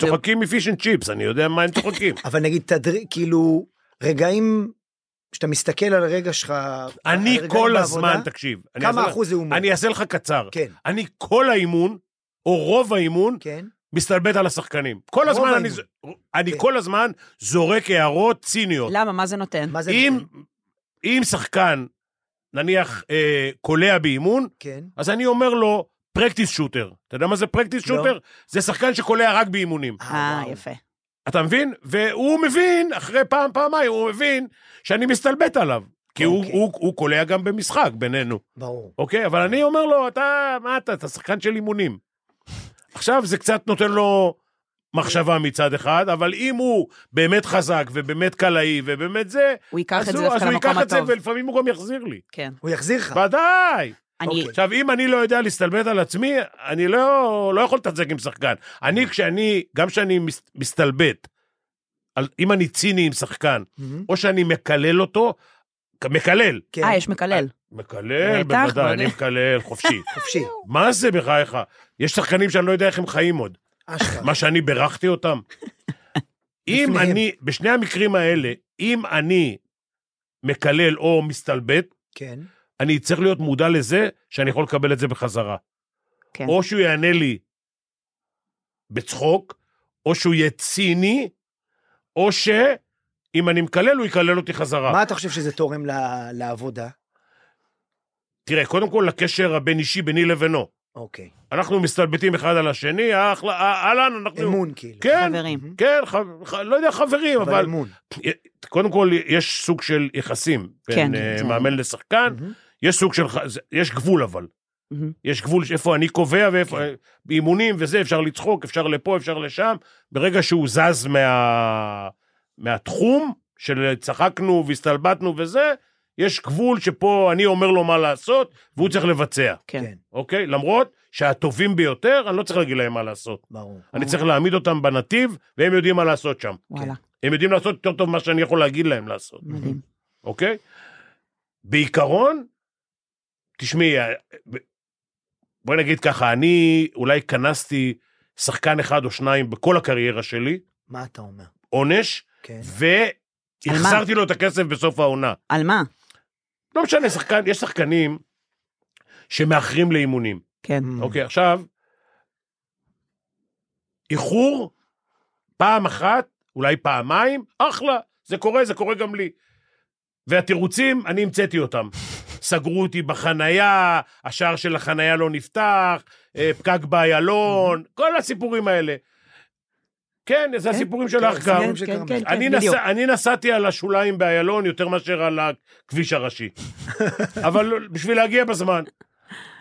Speaker 4: צוחקים מפיש אנד צ'יפס, אני יודע מה הם צוחקים.
Speaker 2: אבל נגיד, תדר... כאילו, רגעים, כשאתה מסתכל על הרגע שלך... על
Speaker 4: אני
Speaker 2: הרגעים
Speaker 4: כל
Speaker 2: בעבודה,
Speaker 4: הזמן, תקשיב, אני אעשה
Speaker 2: כמה
Speaker 4: לך-
Speaker 2: אחוז זה הומור?
Speaker 4: אני אעשה לך קצר.
Speaker 2: כן,
Speaker 4: אני כל האימון, או רוב האימון,
Speaker 2: כן.
Speaker 4: מסתלבט על השחקנים. כל הזמן
Speaker 2: האימון.
Speaker 4: אני, ז- אני
Speaker 2: כן.
Speaker 4: כל הזמן זורק הערות ציניות.
Speaker 3: למה, מה זה נותן?
Speaker 2: מה זה...
Speaker 4: אם,
Speaker 2: נותן?
Speaker 4: אם שחקן, נניח, אה, קולע באימון,
Speaker 2: כן.
Speaker 4: אז אני אומר לו, פרקטיס שוטר. אתה יודע מה זה פרקטיס
Speaker 2: לא.
Speaker 4: שוטר? זה שחקן שקולע רק באימונים.
Speaker 3: אה,
Speaker 2: וואו.
Speaker 3: יפה.
Speaker 4: אתה מבין? והוא מבין, אחרי פעם, פעמיים, הוא מבין שאני מסתלבט עליו. כי הוא,
Speaker 2: אוקיי.
Speaker 4: הוא, הוא קולע גם במשחק בינינו,
Speaker 2: ברור.
Speaker 4: אוקיי? אבל אני אומר לו, אתה, מה אתה, אתה שחקן של אימונים. עכשיו זה קצת נותן לו מחשבה מצד אחד, אבל אם הוא באמת חזק ובאמת קלעי ובאמת זה,
Speaker 3: הוא ייקח את
Speaker 4: אז
Speaker 3: זה
Speaker 4: הוא- אז
Speaker 3: דווקא
Speaker 4: הוא
Speaker 3: למקום
Speaker 4: ייקח את זה
Speaker 3: הטוב.
Speaker 4: ולפעמים הוא גם יחזיר לי.
Speaker 3: כן.
Speaker 2: הוא יחזיר לך.
Speaker 4: ודאי.
Speaker 3: אני,
Speaker 2: אוקיי.
Speaker 4: עכשיו, אם אני לא יודע להסתלבט על עצמי, אני לא, לא יכול לתחזק עם שחקן. אני, כשאני, גם כשאני מס, מסתלבט, על, אם אני ציני עם שחקן,
Speaker 2: מהמם.
Speaker 4: או שאני מקלל אותו, מקלל.
Speaker 2: כן,
Speaker 3: אה, יש מקלל.
Speaker 4: מקלל,
Speaker 3: בטח,
Speaker 4: בוודאי,
Speaker 3: מה
Speaker 4: אני
Speaker 3: זה?
Speaker 4: מקלל חופשי.
Speaker 2: חופשי.
Speaker 4: מה זה בחייך? יש שחקנים שאני לא יודע איך הם חיים עוד.
Speaker 2: אשכרה.
Speaker 4: מה שאני בירכתי אותם. אם
Speaker 2: לפניהם.
Speaker 4: אני, בשני המקרים האלה, אם אני מקלל או מסתלבט,
Speaker 2: כן.
Speaker 4: אני צריך להיות מודע לזה שאני יכול לקבל את זה בחזרה.
Speaker 3: כן.
Speaker 4: או שהוא יענה לי בצחוק, או שהוא יהיה ציני, או שאם אני מקלל, הוא יקלל אותי חזרה.
Speaker 2: מה אתה חושב שזה תורם ל- לעבודה?
Speaker 4: תראה, קודם כל, לקשר הבין-אישי ביני לבינו.
Speaker 2: אוקיי. אנחנו...
Speaker 4: אנחנו מסתלבטים אחד על השני, אחלה, אה, אהלן, אנחנו...
Speaker 2: אמון, כאילו.
Speaker 4: כן,
Speaker 3: חברים.
Speaker 4: כן, ח... ח... לא יודע,
Speaker 3: כן.
Speaker 4: חברים,
Speaker 2: אבל
Speaker 4: אבל... כן.
Speaker 2: אמון.
Speaker 4: קודם כל, יש סוג של יחסים בין
Speaker 3: כן,
Speaker 4: אה,
Speaker 3: זה-
Speaker 4: מאמן לשחקן,
Speaker 2: מהמם.
Speaker 4: יש סוג של... ח- זה- יש גבול, אבל.
Speaker 3: מהמם.
Speaker 4: יש גבול איפה אני קובע ואיפה...
Speaker 3: כן.
Speaker 4: באימונים וזה, אפשר לצחוק, אפשר לפה, אפשר לשם. ברגע שהוא זז מה... מהתחום של צחקנו והסתלבטנו וזה, יש גבול שפה אני אומר לו מה לעשות, והוא צריך לבצע,
Speaker 3: כן.
Speaker 2: כן,
Speaker 4: אוקיי? למרות שהטובים ביותר, אני לא צריך להגיד להם מה לעשות.
Speaker 2: ברור.
Speaker 4: אני
Speaker 3: אוקיי.
Speaker 4: צריך להעמיד אותם בנתיב, והם יודעים מה לעשות שם.
Speaker 3: וואלה,
Speaker 4: הם יודעים לעשות יותר טוב מה שאני יכול להגיד להם לעשות.
Speaker 3: מדהים.
Speaker 4: אוקיי? בעיקרון, תשמעי, אה, בואי נגיד ככה, אני אולי כנסתי שחקן אחד או שניים בכל הקריירה שלי,
Speaker 2: מה אתה אומר?
Speaker 4: עונש,
Speaker 2: כן.
Speaker 3: על מה?
Speaker 4: והחזרתי לו את הכסף בסוף העונה.
Speaker 3: על מה?
Speaker 4: לא משנה, שחקן, יש שחקנים שמאחרים לאימונים.
Speaker 3: כן.
Speaker 2: Mm.
Speaker 4: אוקיי, עכשיו, איחור, פעם אחת, אולי פעמיים, אחלה, זה קורה, זה קורה גם לי. והתירוצים, אני המצאתי אותם. סגרו אותי בחנייה, השער של החנייה לא נפתח, אה, פקק באיילון, כל הסיפורים האלה. כן, זה
Speaker 3: כן,
Speaker 4: הסיפורים
Speaker 2: כן,
Speaker 4: שלך גם.
Speaker 2: סיפורים
Speaker 3: כן,
Speaker 2: שקרמת.
Speaker 3: כן,
Speaker 4: אני,
Speaker 3: בדיוק.
Speaker 4: נס... אני נסעתי על השוליים באיילון יותר מאשר על הכביש הראשי. אבל לא- בשביל להגיע בזמן.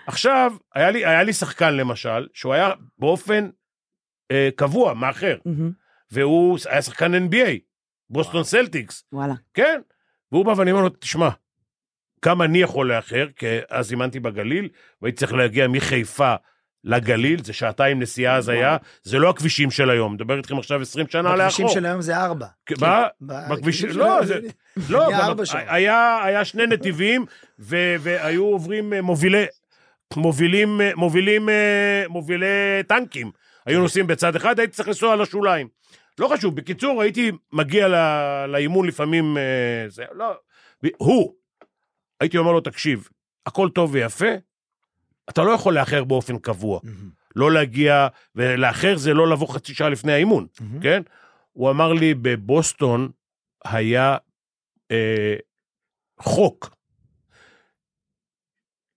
Speaker 4: עכשיו, היה לי, היה לי שחקן למשל, שהוא היה באופן אה, קבוע, מאחר,
Speaker 3: מהמם.
Speaker 4: והוא היה שחקן NBA, בוסטון סלטיקס,
Speaker 3: וואלה.
Speaker 4: כן? והוא בא ואני אומר לו, תשמע, כמה אני יכול לאחר, כי אז אימנתי בגליל, והייתי צריך להגיע מחיפה לגליל, זה שעתיים נסיעה אז היה, זה לא הכבישים של היום, מדבר איתכם עכשיו 20 שנה
Speaker 2: בכבישים
Speaker 4: לאחור. כן,
Speaker 2: של היום זה ארבע. כן.
Speaker 4: מה?
Speaker 2: ב-
Speaker 4: בכבישים,
Speaker 2: של
Speaker 4: לא,
Speaker 2: היום
Speaker 4: זה... לא,
Speaker 2: היה
Speaker 4: גם
Speaker 2: ארבע שעות.
Speaker 4: היה, היה שני נתיבים, ו, והיו עוברים אה, מובילי, מובילים, אה, מובילים, אה, מובילי טנקים.
Speaker 2: כן.
Speaker 4: היו נוסעים בצד אחד, הייתי צריך לנסוע על השוליים. לא חשוב, בקיצור, הייתי מגיע ל- לאימון לפעמים, אה, זה, לא, הוא, הייתי אומר לו, תקשיב, הכל טוב ויפה, אתה לא יכול לאחר באופן קבוע.
Speaker 2: מהמם,
Speaker 4: לא להגיע, ולאחר זה לא לבוא חצי שעה לפני האימון,
Speaker 2: מהמם.
Speaker 4: כן? הוא אמר לי, בבוסטון היה אה, חוק.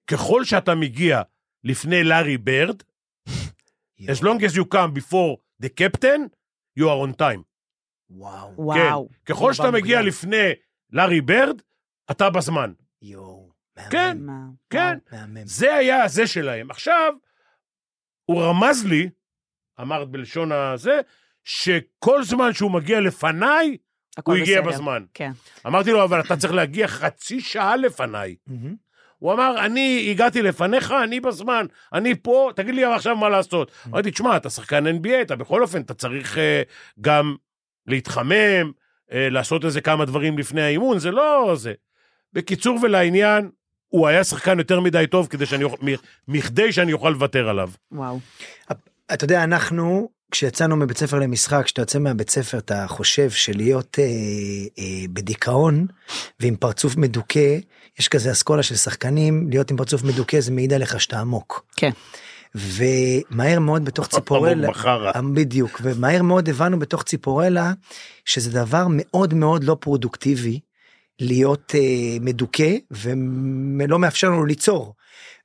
Speaker 4: ככל שאתה מגיע לפני לארי ברד, as long as you come before the captain, you are on time. כן.
Speaker 2: וואו,
Speaker 3: וואו.
Speaker 4: ככל שאתה
Speaker 2: רובם
Speaker 4: מגיע
Speaker 2: מוקדם.
Speaker 4: לפני לארי ברד, אתה בזמן.
Speaker 2: כן. יואו. מהמם,
Speaker 4: כן.
Speaker 3: מה-
Speaker 4: כן,
Speaker 2: מהמם.
Speaker 4: זה היה הזה שלהם. עכשיו, הוא רמז לי, אמרת בלשון הזה, שכל זמן שהוא מגיע לפניי,
Speaker 3: הכל
Speaker 4: הוא הגיע
Speaker 3: בסדר.
Speaker 4: בזמן.
Speaker 3: כן.
Speaker 4: אמרתי לו, אבל אתה צריך להגיע חצי שעה לפניי.
Speaker 2: מהמם.
Speaker 4: הוא אמר, אני הגעתי לפניך, אני בזמן, אני פה, תגיד לי עכשיו מה לעשות.
Speaker 3: Mm.
Speaker 4: אמרתי, תשמע, אתה שחקן NBA, אתה בכל אופן, אתה צריך אה, גם להתחמם, אה, לעשות איזה כמה דברים לפני האימון, זה לא זה. בקיצור ולעניין, הוא היה שחקן יותר מדי טוב כדי שאני, אוכ- מ- מכדי שאני אוכל לוותר עליו.
Speaker 3: וואו.
Speaker 2: אתה יודע, אנחנו, כשיצאנו מבית ספר למשחק, כשאתה יוצא מהבית ספר, אתה חושב שלהיות אה, אה, בדיכאון ועם פרצוף מדוכא, יש כזה אסכולה של שחקנים, להיות עם פרצוף מדוכא זה מעיד עליך שאתה עמוק.
Speaker 3: כן.
Speaker 2: ומהר מאוד בתוך ציפורלה,
Speaker 4: עמוק בחרא.
Speaker 2: אה, בדיוק, ומהר מאוד הבנו בתוך ציפורלה, שזה דבר מאוד מאוד לא פרודוקטיבי. להיות אה, מדוכא ולא מאפשר לנו ליצור.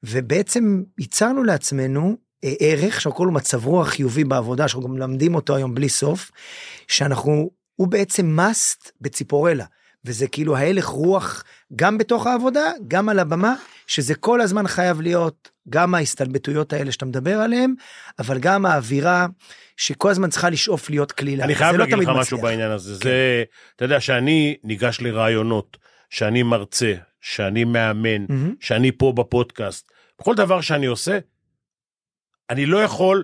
Speaker 2: ובעצם ייצרנו לעצמנו אה, ערך שאנחנו קוראים לו מצב רוח חיובי בעבודה, שאנחנו גם מלמדים אותו היום בלי סוף, שאנחנו, הוא בעצם must בציפורלה. וזה כאילו ההלך רוח גם בתוך העבודה, גם על הבמה, שזה כל הזמן חייב להיות גם ההסתלבטויות האלה שאתה מדבר עליהן, אבל גם האווירה שכל הזמן צריכה לשאוף להיות קלילה.
Speaker 4: אני
Speaker 2: זה
Speaker 4: חייב
Speaker 2: לא
Speaker 4: להגיד
Speaker 2: תמיד
Speaker 4: לך משהו
Speaker 2: מצליח. כן.
Speaker 4: בעניין הזה. זה, אתה יודע, שאני ניגש לרעיונות, שאני מרצה, שאני מאמן,
Speaker 2: מהמם.
Speaker 4: שאני פה בפודקאסט, בכל דבר שאני עושה, אני לא יכול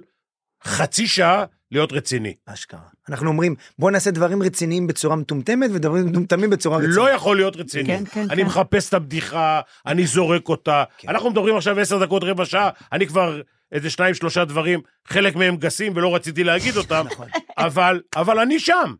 Speaker 4: חצי שעה להיות רציני.
Speaker 2: אשכרה. אנחנו אומרים, בוא נעשה דברים רציניים בצורה מטומטמת ודברים מטומטמים בצורה רצינית.
Speaker 4: לא יכול להיות רציני.
Speaker 3: כן, כן,
Speaker 4: אני
Speaker 3: כן.
Speaker 4: מחפש את הבדיחה, אני זורק אותה.
Speaker 2: כן.
Speaker 4: אנחנו מדברים עכשיו עשר דקות, רבע שעה, אני כבר איזה שניים, שלושה דברים, חלק מהם גסים ולא רציתי להגיד אותם,
Speaker 2: נכון.
Speaker 4: אבל, אבל אני שם.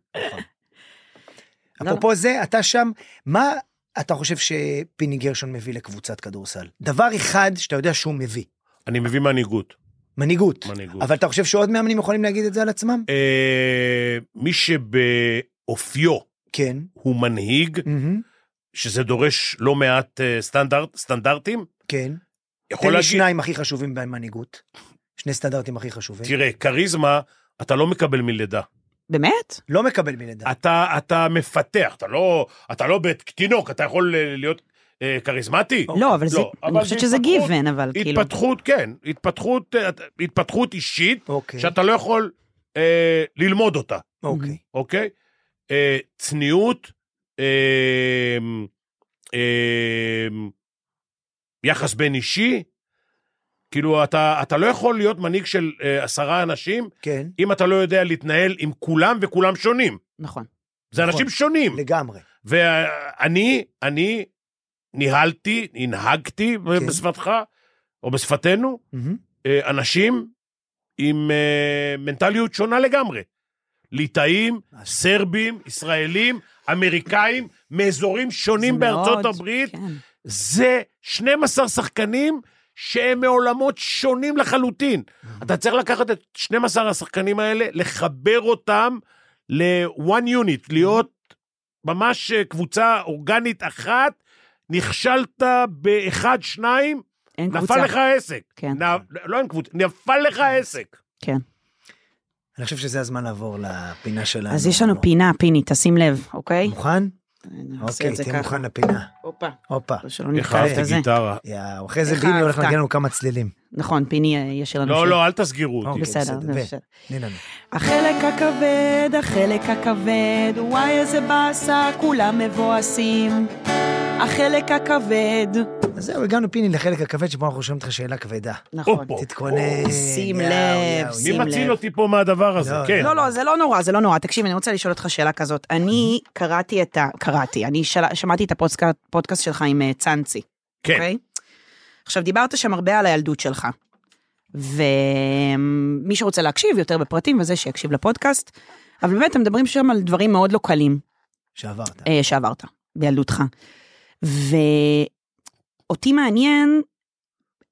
Speaker 2: אפרופו זה, אתה שם, מה אתה חושב שפיני גרשון מביא לקבוצת כדורסל? דבר אחד שאתה יודע שהוא מביא,
Speaker 4: אני מביא מנהיגות.
Speaker 2: מנהיגות.
Speaker 4: מנהיגות.
Speaker 2: אבל אתה חושב שעוד מאמנים יכולים להגיד את זה על עצמם?
Speaker 4: אה, מי שבאופיו
Speaker 2: כן.
Speaker 4: הוא מנהיג,
Speaker 2: מהמם,
Speaker 4: שזה דורש לא מעט אה, סטנדרט, סטנדרטים,
Speaker 2: כן. תן
Speaker 4: יכול
Speaker 2: לי
Speaker 4: להגיד,
Speaker 2: שניים הכי חשובים במנהיגות. שני סטנדרטים הכי חשובים.
Speaker 4: תראה, כריזמה, אתה לא מקבל מלידה.
Speaker 3: באמת?
Speaker 4: אוקיי.
Speaker 2: לא מקבל מלידה.
Speaker 4: אתה, אתה מפתח, אתה לא, אתה לא בית- תינוק, אתה יכול אה, להיות אה, כריזמטי.
Speaker 3: לא, אבל זה,
Speaker 4: לא, אבל
Speaker 3: אני חושבת
Speaker 4: זה
Speaker 3: שזה
Speaker 4: התפתחות-
Speaker 3: גיוון, אבל כאילו.
Speaker 4: התפתחות, כן, התפתחות, אה, התפתחות אישית,
Speaker 2: אוקיי.
Speaker 4: שאתה לא יכול אה, ללמוד אותה.
Speaker 2: אוקיי.
Speaker 4: אוקיי? אה, צניעות, אה, אה, יחס בין אישי, כאילו, אתה, אתה לא יכול להיות מנהיג של אה, עשרה אנשים
Speaker 2: כן.
Speaker 4: אם אתה לא יודע להתנהל עם כולם וכולם שונים.
Speaker 3: נכון.
Speaker 4: זה
Speaker 2: נכון.
Speaker 4: אנשים שונים.
Speaker 2: לגמרי.
Speaker 4: ואני, אני ניהלתי, הנהגתי
Speaker 2: כן.
Speaker 4: בשפתך, או בשפתנו,
Speaker 2: מהמם,
Speaker 4: אה, אנשים עם אה, מנטליות שונה לגמרי. ליטאים, סרבים, ישראלים, אמריקאים, מאזורים שונים
Speaker 3: זה
Speaker 4: בארצות
Speaker 3: מאוד,
Speaker 4: הברית.
Speaker 3: כן.
Speaker 4: זה 12 שחקנים שהם מעולמות שונים לחלוטין.
Speaker 3: Mm-hmm.
Speaker 4: אתה צריך לקחת את 12 השחקנים האלה, לחבר אותם ל-one
Speaker 3: Mm-hmm.
Speaker 4: unit, להיות ממש אה, קבוצה אורגנית אחת. נכשלת באחד, שניים,
Speaker 3: אין קבוצה.
Speaker 4: נפל לך עסק.
Speaker 3: כן.
Speaker 4: נ- לא אין קבוצה, נפל לך עסק.
Speaker 3: כן.
Speaker 2: אני חושב שזה הזמן לעבור לפינה שלנו.
Speaker 3: אז יש לנו פינה, פיני, תשים לב, אוקיי?
Speaker 2: מוכן?
Speaker 3: נעשה
Speaker 2: אוקיי,
Speaker 3: את זה
Speaker 2: תהיה
Speaker 3: ככה.
Speaker 2: מוכן לפינה.
Speaker 3: הופה, לא
Speaker 2: הופה.
Speaker 3: שלא
Speaker 4: איך
Speaker 3: נתקע
Speaker 4: אהבתי
Speaker 3: את זה.
Speaker 4: גיטרה.
Speaker 2: יאו, אחרי זה
Speaker 3: איך
Speaker 2: ביני הולך
Speaker 3: אהבת?
Speaker 2: להגיד לנו כמה צלילים.
Speaker 3: נכון, פיני אה, יש לנו
Speaker 4: לא,
Speaker 3: שיר.
Speaker 4: לא, אל תסגרו אותי.
Speaker 2: אוקיי,
Speaker 3: בסדר, זה
Speaker 2: ו-
Speaker 3: בסדר.
Speaker 2: תני לנו.
Speaker 3: החלק הכבד, החלק הכבד, וואי איזה באסה, כולם מבואסים. החלק הכבד.
Speaker 2: אז זהו, הגענו פיני לחלק הכבד שבו אנחנו שומעים אותך שאלה כבדה.
Speaker 4: אוקיי.
Speaker 3: נכון.
Speaker 4: הופו.
Speaker 2: תתכונן.
Speaker 3: שים
Speaker 2: יאו,
Speaker 3: לב,
Speaker 2: יאו,
Speaker 3: שים
Speaker 4: מי
Speaker 2: יאו.
Speaker 3: לב.
Speaker 4: מציל אותי פה מהדבר הזה?
Speaker 2: לא,
Speaker 4: כן.
Speaker 3: לא, לא, זה לא נורא, זה לא נורא. תקשיב, אני רוצה לשאול אותך שאלה כזאת. אני קראתי את ה... קראתי, אני של... שמעתי את הפודקאסט פודקאסט שלך עם אה, צאנצי,
Speaker 4: כן.
Speaker 3: אוקיי? עכשיו, דיברת שם הרבה על הילדות שלך. ומי שרוצה להקשיב יותר בפרטים וזה, שיקשיב לפודקאסט. אבל באמת, הם מדברים שם על דברים מאוד לא קלים.
Speaker 2: שעברת.
Speaker 3: אה, שעברת בילדותך. ואותי מעניין,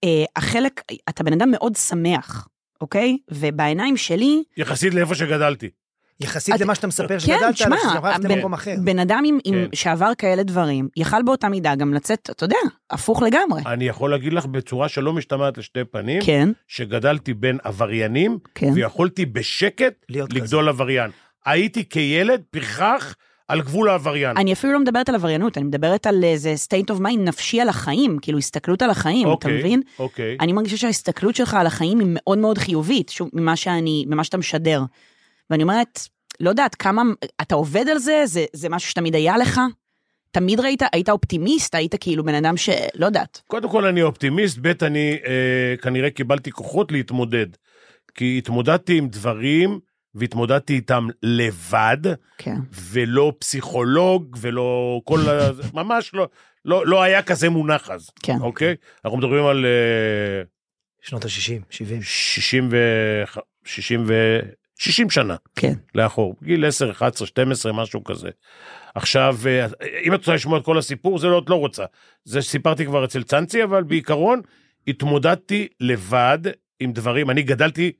Speaker 3: אה, החלק, אתה בן אדם מאוד שמח, אוקיי? ובעיניים שלי,
Speaker 4: יחסית לאיפה שגדלתי.
Speaker 2: יחסית
Speaker 3: את-
Speaker 2: למה שאתה מספר שגדלת,
Speaker 3: כן,
Speaker 2: עליו,
Speaker 3: תשמע,
Speaker 2: שברחת
Speaker 3: הבן-
Speaker 2: למקום אחר.
Speaker 3: בן אדם עם, עם
Speaker 4: כן.
Speaker 3: שעבר כאלה דברים, יכל באותה מידה גם לצאת, אתה יודע, הפוך לגמרי.
Speaker 4: אני יכול להגיד לך בצורה שלא משתמעת לשתי פנים,
Speaker 3: כן,
Speaker 4: שגדלתי בין עבריינים,
Speaker 3: כן.
Speaker 4: ויכולתי בשקט
Speaker 2: להיות
Speaker 4: לגדול עבריין. הייתי כילד פרחח על גבול העבריין.
Speaker 3: אני אפילו לא מדברת על עבריינות, אני מדברת על איזה state of mind נפשי על החיים, כאילו הסתכלות על החיים, אתה
Speaker 4: אוקיי,
Speaker 3: מבין?
Speaker 4: אוקיי.
Speaker 3: אני מרגישה שההסתכלות שלך על החיים היא מאוד מאוד חיובית, שוב, ממה שאני, ממה שאתה משדר. ואני אומרת, לא יודעת כמה, אתה עובד על זה, זה, זה משהו שתמיד היה לך? תמיד ראית, היית אופטימיסט, היית כאילו בן אדם שלא יודעת.
Speaker 4: קודם כל אני אופטימיסט, ב' אני אה, כנראה קיבלתי כוחות להתמודד. כי התמודדתי עם דברים, והתמודדתי איתם לבד,
Speaker 3: כן.
Speaker 4: ולא פסיכולוג, ולא כל ה... ממש לא, לא, לא היה כזה מונח אז,
Speaker 3: כן.
Speaker 4: אוקיי? אנחנו מדברים על אה,
Speaker 2: שנות ה-60, 70.
Speaker 4: 60 ו... 60 ו... 60 שנה.
Speaker 3: כן.
Speaker 4: לאחור, גיל 10, 11, 12, משהו כזה. עכשיו, אה, אם את רוצה לשמוע את כל הסיפור, זה לא, את לא רוצה. זה סיפרתי כבר אצל צאנצי, אבל בעיקרון, התמודדתי לבד עם דברים, אני גדלתי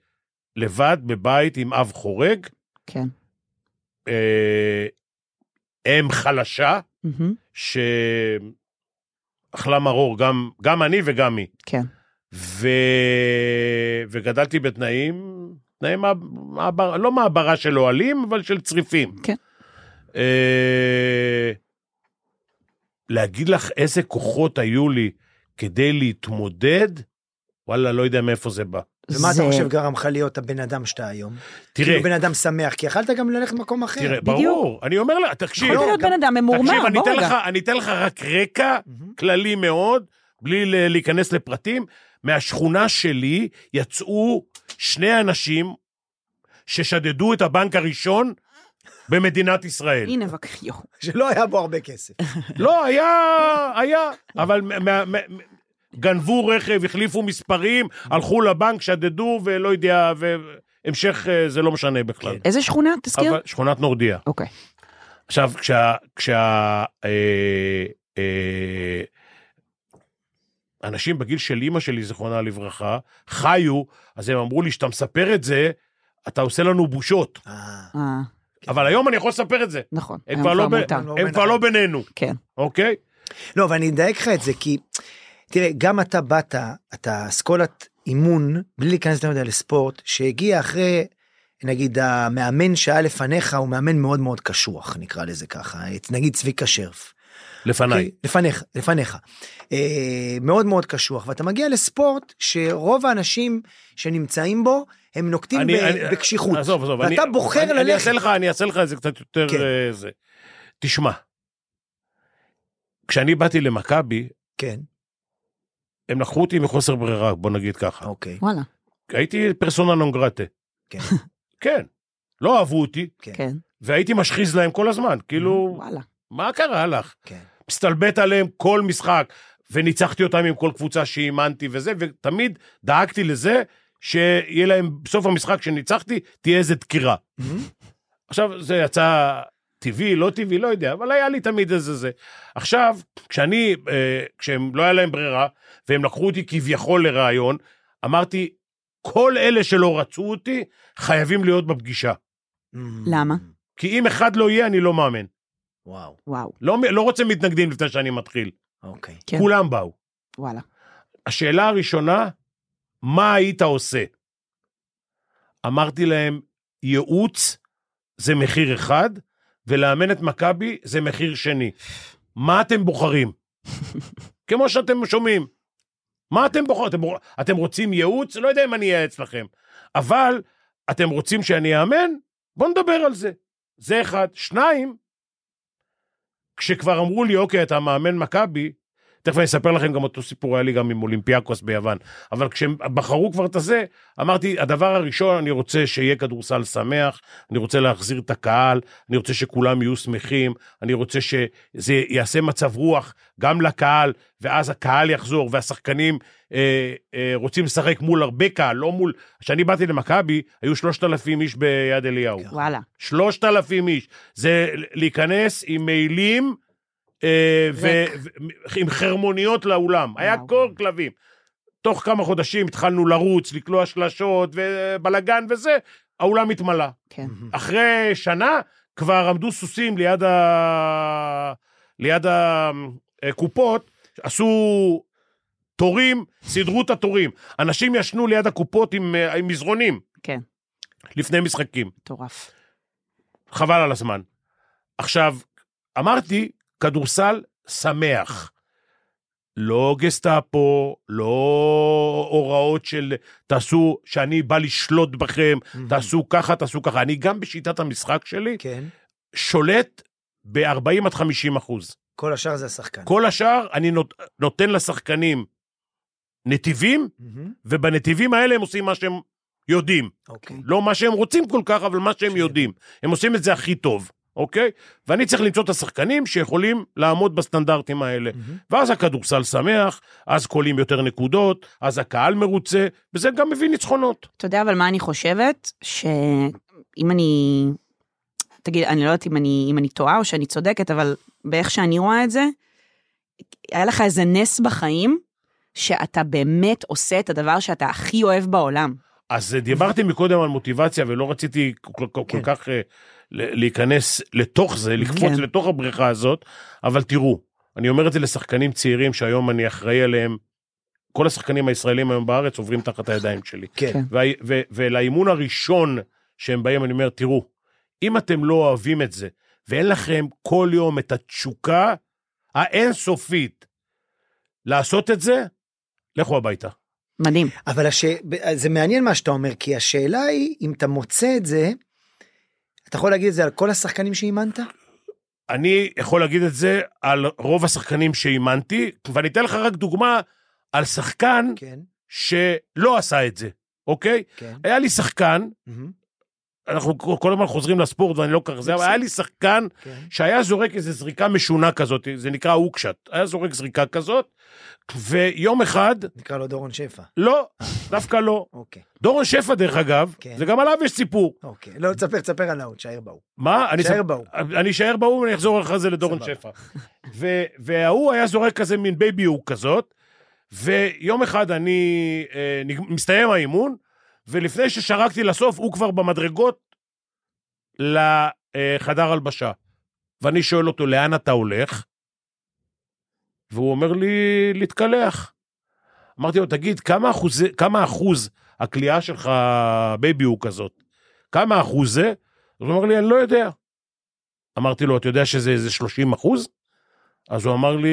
Speaker 4: לבד בבית עם אב חורג,
Speaker 3: כן.
Speaker 4: אה, אם חלשה,
Speaker 3: מהמם.
Speaker 4: שאכלה מרור, גם, גם אני וגם היא.
Speaker 3: כן.
Speaker 4: ו... וגדלתי בתנאים, תנאים מעב... מעבר... לא מעברה של אוהלים, אבל של צריפים.
Speaker 3: כן.
Speaker 4: אה... להגיד לך איזה כוחות היו לי כדי להתמודד, וואלה, לא יודע מאיפה זה בא.
Speaker 2: ומה אתה
Speaker 3: זה-
Speaker 2: חושב גרם לך להיות הבן אדם שאתה היום?
Speaker 4: תראה,
Speaker 2: כאילו בן אדם שמח, כי יכלת גם ללכת למקום אחר.
Speaker 4: כן. תראה,
Speaker 3: בדיוק.
Speaker 4: ברור, אני אומר לה, תקשיב,
Speaker 3: יכולת להיות
Speaker 2: גם-
Speaker 3: בן אדם ממורמר,
Speaker 4: תקשיב, אני
Speaker 3: בוא
Speaker 4: אתן
Speaker 3: רגע.
Speaker 4: לך, אני אתן לך רק רקע
Speaker 2: מהמם.
Speaker 4: כללי מאוד, בלי ל- להיכנס לפרטים. מהשכונה שלי יצאו שני אנשים ששדדו את הבנק הראשון במדינת ישראל.
Speaker 3: הנה, בבקשה. יואו.
Speaker 2: שלא היה בו הרבה כסף.
Speaker 4: לא, היה, היה, אבל מה- מה- מה- גנבו רכב, החליפו מספרים, הלכו לבנק, שדדו, ולא יודע, והמשך אה, זה לא משנה בכלל.
Speaker 3: איזה שכונה? תזכיר.
Speaker 4: אבל שכונת נורדיה.
Speaker 3: אוקיי.
Speaker 4: עכשיו, כשה... כשה אה, אה, אנשים בגיל של אימא שלי, זיכרונה לברכה, חיו, אז הם אמרו לי, שאתה מספר את זה, אתה עושה לנו בושות.
Speaker 2: אה,
Speaker 3: אה,
Speaker 4: אבל היום אני יכול לספר את זה.
Speaker 3: נכון.
Speaker 4: הם
Speaker 3: היום
Speaker 4: כבר לא ב-
Speaker 3: מותר.
Speaker 2: לא
Speaker 4: הם כבר לא בינינו,
Speaker 3: כן.
Speaker 4: אוקיי?
Speaker 2: לא, אבל אני אדייק לך את זה, כי תראה, גם אתה באת, אתה אסכולת אימון, בלי להיכנס יותר מדי לספורט, שהגיע אחרי, נגיד, המאמן שהיה לפניך, הוא מאמן מאוד מאוד קשוח, נקרא לזה ככה, את- נגיד צביקה שרף.
Speaker 4: לפניי.
Speaker 2: כי- לפניך, לפניך. אה, מאוד מאוד קשוח, ואתה מגיע לספורט שרוב האנשים שנמצאים בו, הם נוקטים ב-
Speaker 4: אני- אני-
Speaker 2: בקשיחות.
Speaker 4: עזוב, עזוב.
Speaker 2: ואתה
Speaker 4: אני-
Speaker 2: בוחר
Speaker 4: אני- אני
Speaker 2: ללכת.
Speaker 4: אעשה לך, אני אעשה לך את זה קצת יותר
Speaker 2: כן.
Speaker 4: אה, זה. תשמע, כשאני באתי למכבי,
Speaker 2: כן,
Speaker 4: הם לקחו אותי מחוסר ברירה, בוא נגיד ככה.
Speaker 2: אוקיי.
Speaker 3: וואלה,
Speaker 4: הייתי פרסונה נון גרטה.
Speaker 2: כן.
Speaker 4: כן. לא אהבו אותי,
Speaker 3: כן.
Speaker 4: והייתי משחיז להם כל הזמן. כאילו,
Speaker 3: וואלה.
Speaker 4: מה קרה לך?
Speaker 2: Mm-hmm. כן.
Speaker 4: מסתלבט עליהם כל משחק, וניצחתי אותם עם כל קבוצה שאימנתי וזה, ותמיד דאגתי לזה שיהיה להם, בסוף המשחק שניצחתי, תהיה איזה דקירה. עכשיו, זה יצא טבעי, לא טבעי, לא יודע, אבל היה לי תמיד איזה זה. עכשיו, כשאני, אה, כשהם, לא היה להם ברירה, והם לקחו אותי כביכול לראיון, אמרתי, כל אלה שלא רצו אותי, חייבים להיות בפגישה.
Speaker 2: Mm-hmm.
Speaker 3: למה?
Speaker 4: כי אם אחד לא יהיה, אני לא מאמן.
Speaker 2: וואו,
Speaker 3: וואו,
Speaker 4: לא, לא רוצה מתנגדים לפני שאני מתחיל.
Speaker 2: אוקיי.
Speaker 3: כן.
Speaker 4: כולם באו.
Speaker 3: וואלה.
Speaker 4: השאלה הראשונה, מה היית עושה? אמרתי להם, ייעוץ זה מחיר אחד, ולאמן את מכבי זה מחיר שני. מה אתם בוחרים? כמו שאתם שומעים. מה אתם בוחרים? אתם, בוח- אתם רוצים ייעוץ? לא יודע אם אני אייעץ לכם. אבל אתם רוצים שאני אאמן? בואו נדבר על זה. זה אחד. שניים, כשכבר אמרו לי, אוקיי, אתה מאמן מכבי, תכף אני אספר לכם גם אותו סיפור היה לי גם עם אולימפיאקוס ביוון. אבל כשהם בחרו כבר את הזה, אמרתי, הדבר הראשון, אני רוצה שיהיה כדורסל שמח, אני רוצה להחזיר את הקהל, אני רוצה שכולם יהיו שמחים, אני רוצה שזה יעשה מצב רוח גם לקהל, ואז הקהל יחזור, והשחקנים אה, אה, רוצים לשחק מול הרבה קהל, לא מול... כשאני באתי למכבי, היו 3,000 איש ביד אליהו.
Speaker 3: וואלה.
Speaker 4: 3,000 איש. זה להיכנס עם מעילים אה, ו-
Speaker 3: ריק.
Speaker 4: ו- עם חרמוניות לאולם. היה
Speaker 3: וואו.
Speaker 4: קור כלבים. תוך כמה חודשים התחלנו לרוץ, לקלוע שלשות ובלאגן וזה, האולם התמלא.
Speaker 3: כן.
Speaker 2: Mm-hmm.
Speaker 4: אה, אחרי שנה כבר עמדו סוסים ליד, ה... ליד הקופות, עשו תורים, סידרו את התורים. אנשים ישנו ליד הקופות עם, אה, עם מזרונים.
Speaker 3: כן.
Speaker 4: לפני משחקים.
Speaker 3: מטורף.
Speaker 4: חבל על הזמן. עכשיו, אמרתי, כדורסל שמח. לא גסטאפו, לא הוראות של תעשו, שאני בא לשלוט בכם, תעשו ככה, תעשו ככה. אני גם בשיטת המשחק שלי
Speaker 2: Mm-hmm. כן.
Speaker 4: שולט ב-40 עד 50 אחוז.
Speaker 2: כל השאר זה השחקן.
Speaker 4: כל השאר אני נות- נותן לשחקנים נתיבים,
Speaker 2: מהמם.
Speaker 4: ובנתיבים האלה הם עושים מה שהם יודעים.
Speaker 2: אוקיי.
Speaker 4: לא מה שהם רוצים כל כך, אבל מה שהם
Speaker 2: כן.
Speaker 4: יודעים. הם עושים את זה הכי טוב, אוקיי? ואני צריך למצוא את השחקנים שיכולים לעמוד בסטנדרטים האלה.
Speaker 2: מהמם.
Speaker 4: ואז הכדורסל שמח, אז קולים יותר נקודות, אז הקהל מרוצה, וזה גם מביא ניצחונות.
Speaker 3: אתה יודע אבל מה אני חושבת? שאם אני... תגיד, אני לא יודעת אם אני, אם אני טועה או שאני צודקת, אבל באיך שאני רואה את זה, היה לך איזה נס בחיים, שאתה באמת עושה את הדבר שאתה הכי אוהב בעולם.
Speaker 4: אז אה, דיברתי מקודם על מוטיבציה, ולא רציתי כל, כל, כל
Speaker 2: כן.
Speaker 4: כך אה, ל- להיכנס לתוך זה, לקפוץ
Speaker 3: כן.
Speaker 4: לתוך הבריכה הזאת, אבל תראו, אני אומר את זה לשחקנים צעירים שהיום אני אחראי עליהם, כל השחקנים הישראלים היום בארץ עוברים תחת הידיים שלי.
Speaker 2: כן.
Speaker 4: וה- ו- ולאימון הראשון שהם באים, אני אומר, תראו, אם אתם לא אוהבים את זה, ואין לכם כל יום את התשוקה האינסופית לעשות את זה, לכו הביתה.
Speaker 3: מדהים.
Speaker 2: אבל הש... זה מעניין מה שאתה אומר, כי השאלה היא, אם אתה מוצא את זה, אתה יכול להגיד את זה על כל השחקנים שאימנת?
Speaker 4: אני יכול להגיד את זה על רוב השחקנים שאימנתי, ואני אתן לך רק דוגמה על שחקן
Speaker 2: כן,
Speaker 4: שלא עשה את זה, אוקיי?
Speaker 2: כן. Mm-hmm.
Speaker 4: היה לי שחקן,
Speaker 2: מהמם.
Speaker 4: אנחנו כל הזמן חוזרים לספורט ואני לא כל כך זה, אבל היה לי שחקן
Speaker 2: כן.
Speaker 4: שהיה זורק איזו זריקה משונה כזאת, זה נקרא אוקשט, היה זורק זריקה כזאת, ויום אחד,
Speaker 2: נקרא לו דורון שפע.
Speaker 4: לא, דווקא לא.
Speaker 2: אוקיי,
Speaker 4: דורון שפע, דרך אגב,
Speaker 2: כן.
Speaker 4: זה גם עליו יש סיפור.
Speaker 2: אוקיי. לא, תספר, תספר על ההוא, תשאר בהוא.
Speaker 4: מה? אני
Speaker 2: תשאר
Speaker 4: אספר-
Speaker 2: בהוא.
Speaker 4: אני אשאר באו"ם ואני אחזור אחרי זה לדורון
Speaker 2: סבבה.
Speaker 4: שפע. ו- וההוא היה זורק כזה מין בייבי הוא כזאת, ויום אחד אני, אה, נג- מסתיים האימון, ולפני ששרקתי לסוף, הוא כבר במדרגות לחדר הלבשה. ואני שואל אותו, לאן אתה הולך? והוא אומר לי, להתקלח. אמרתי לו, תגיד, כמה אחוז, כמה אחוז הקליעה שלך בייבי הוא כזאת? כמה אחוז זה? אז הוא אמר לי, אני לא יודע. אמרתי לו, אתה יודע שזה איזה 30 אחוז? אז הוא אמר לי,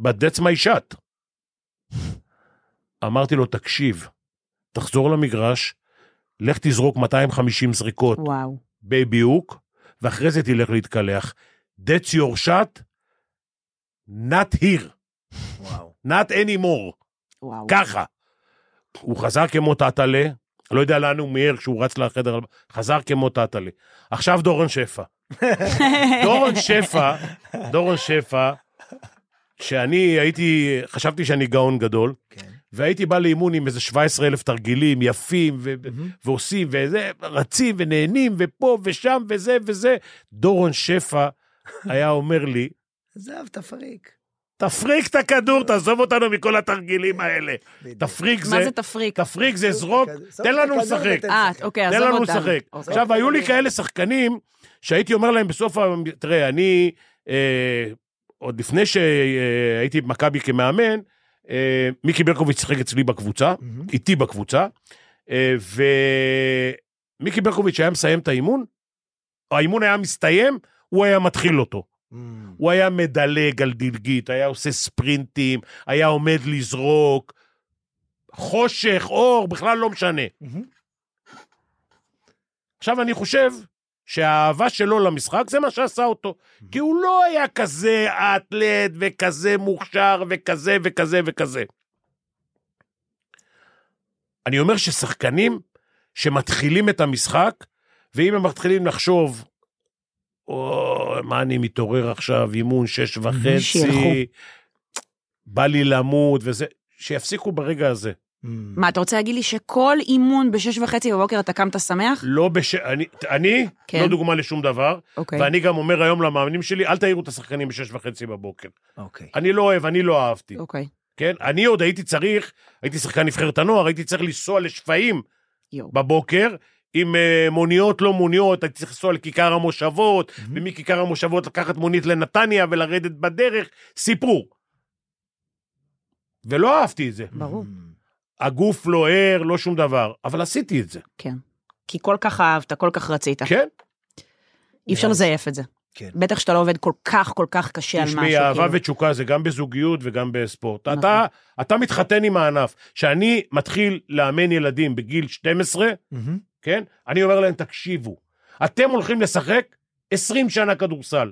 Speaker 4: but that's my shot. אמרתי לו, תקשיב, תחזור למגרש, לך תזרוק 250 זריקות
Speaker 3: וואו.
Speaker 4: בביוק, ואחרי זה תלך להתקלח. That's your shot, not here,
Speaker 2: וואו.
Speaker 4: not anymore.
Speaker 3: וואו.
Speaker 4: ככה. הוא חזר כמו טאטלה, לא יודע לאן הוא מיהר כשהוא רץ לחדר, חזר כמו טאטלה. עכשיו דורון שפע. דורון שפע, דורון שפע, שאני הייתי, חשבתי שאני גאון גדול,
Speaker 2: כן.
Speaker 4: והייתי בא לאימון עם איזה 17 אלף תרגילים יפים, ו-
Speaker 2: מהמם.
Speaker 4: ועושים, וזה, רצים ונהנים, ופה ושם, וזה וזה. דורון שפע היה אומר לי,
Speaker 2: עזב, תפריק.
Speaker 4: תפריק את הכדור, תעזוב אותנו מכל התרגילים האלה.
Speaker 2: בדיוק.
Speaker 4: תפריק
Speaker 3: מה
Speaker 4: זה,
Speaker 3: זה תפריק?
Speaker 4: תפריק זה זרוק,
Speaker 2: שם
Speaker 4: תן
Speaker 2: את
Speaker 4: לנו
Speaker 2: הכדור
Speaker 4: לשחק.
Speaker 2: ותן
Speaker 3: אה,
Speaker 2: לשחק.
Speaker 3: אוקיי,
Speaker 4: תן
Speaker 3: עזוב
Speaker 4: לנו
Speaker 3: אותנו.
Speaker 4: לשחק.
Speaker 3: אוקיי.
Speaker 4: עכשיו, היו לי כאלה שחקנים שהייתי אומר להם בסוף, ה- תראה, אני, אה, עוד לפני שהייתי במכבי כמאמן, אה, מיקי ברקוביץ' שיחק אצלי בקבוצה,
Speaker 2: מהמם.
Speaker 4: איתי בקבוצה, אה, ומיקי ברקוביץ' היה מסיים את האימון, האימון היה מסתיים, הוא היה מתחיל אותו.
Speaker 2: Mm.
Speaker 4: הוא היה מדלג על דלגית, היה עושה ספרינטים, היה עומד לזרוק, חושך, אור, בכלל לא משנה.
Speaker 2: מהמם.
Speaker 4: עכשיו, אני חושב שהאהבה שלו למשחק זה מה שעשה אותו. כי הוא לא היה כזה אתלט וכזה מוכשר וכזה וכזה וכזה. אני אומר ששחקנים שמתחילים את המשחק, ואם הם מתחילים לחשוב, או, מה אני מתעורר עכשיו, אימון שש
Speaker 3: שילכו.
Speaker 4: וחצי, בא לי למות וזה, שיפסיקו ברגע הזה.
Speaker 2: Mm.
Speaker 3: מה, אתה רוצה להגיד לי שכל אימון בשש וחצי בבוקר אתה קמת שמח?
Speaker 4: לא בש... אני, אני
Speaker 3: כן.
Speaker 4: לא דוגמה לשום דבר,
Speaker 3: אוקיי.
Speaker 4: ואני גם אומר היום למאמנים שלי, אל תעירו את השחקנים בשש וחצי בבוקר.
Speaker 2: אוקיי.
Speaker 4: אני לא אוהב, אני לא אהבתי.
Speaker 3: אוקיי.
Speaker 4: כן? אני עוד הייתי צריך, הייתי שחקן נבחרת הנוער, הייתי צריך לנסוע לשפיים
Speaker 3: יואו.
Speaker 4: בבוקר, עם אה, מוניות לא מוניות, הייתי צריך לנסוע לכיכר המושבות,
Speaker 2: Mhm.
Speaker 3: Mm-hmm.
Speaker 4: ומכיכר המושבות לקחת מונית לנתניה ולרדת בדרך, סיפור. ולא אהבתי את זה.
Speaker 3: ברור.
Speaker 2: Mm.
Speaker 4: הגוף לא ער, לא שום דבר, אבל עשיתי את זה.
Speaker 3: כן. כי כל כך אהבת, כל כך רצית.
Speaker 4: כן,
Speaker 3: אי אפשר לזייף את זה.
Speaker 2: כן.
Speaker 3: בטח שאתה לא עובד כל כך כל כך קשה על משהו.
Speaker 4: תשמעי, אהבה
Speaker 3: כאילו.
Speaker 4: ותשוקה זה גם בזוגיות וגם בספורט.
Speaker 3: נכון.
Speaker 4: אתה, אתה מתחתן עם הענף. כשאני מתחיל לאמן ילדים בגיל 12,
Speaker 2: מהמם.
Speaker 4: כן? אני אומר להם, תקשיבו, אתם הולכים לשחק 20 שנה כדורסל.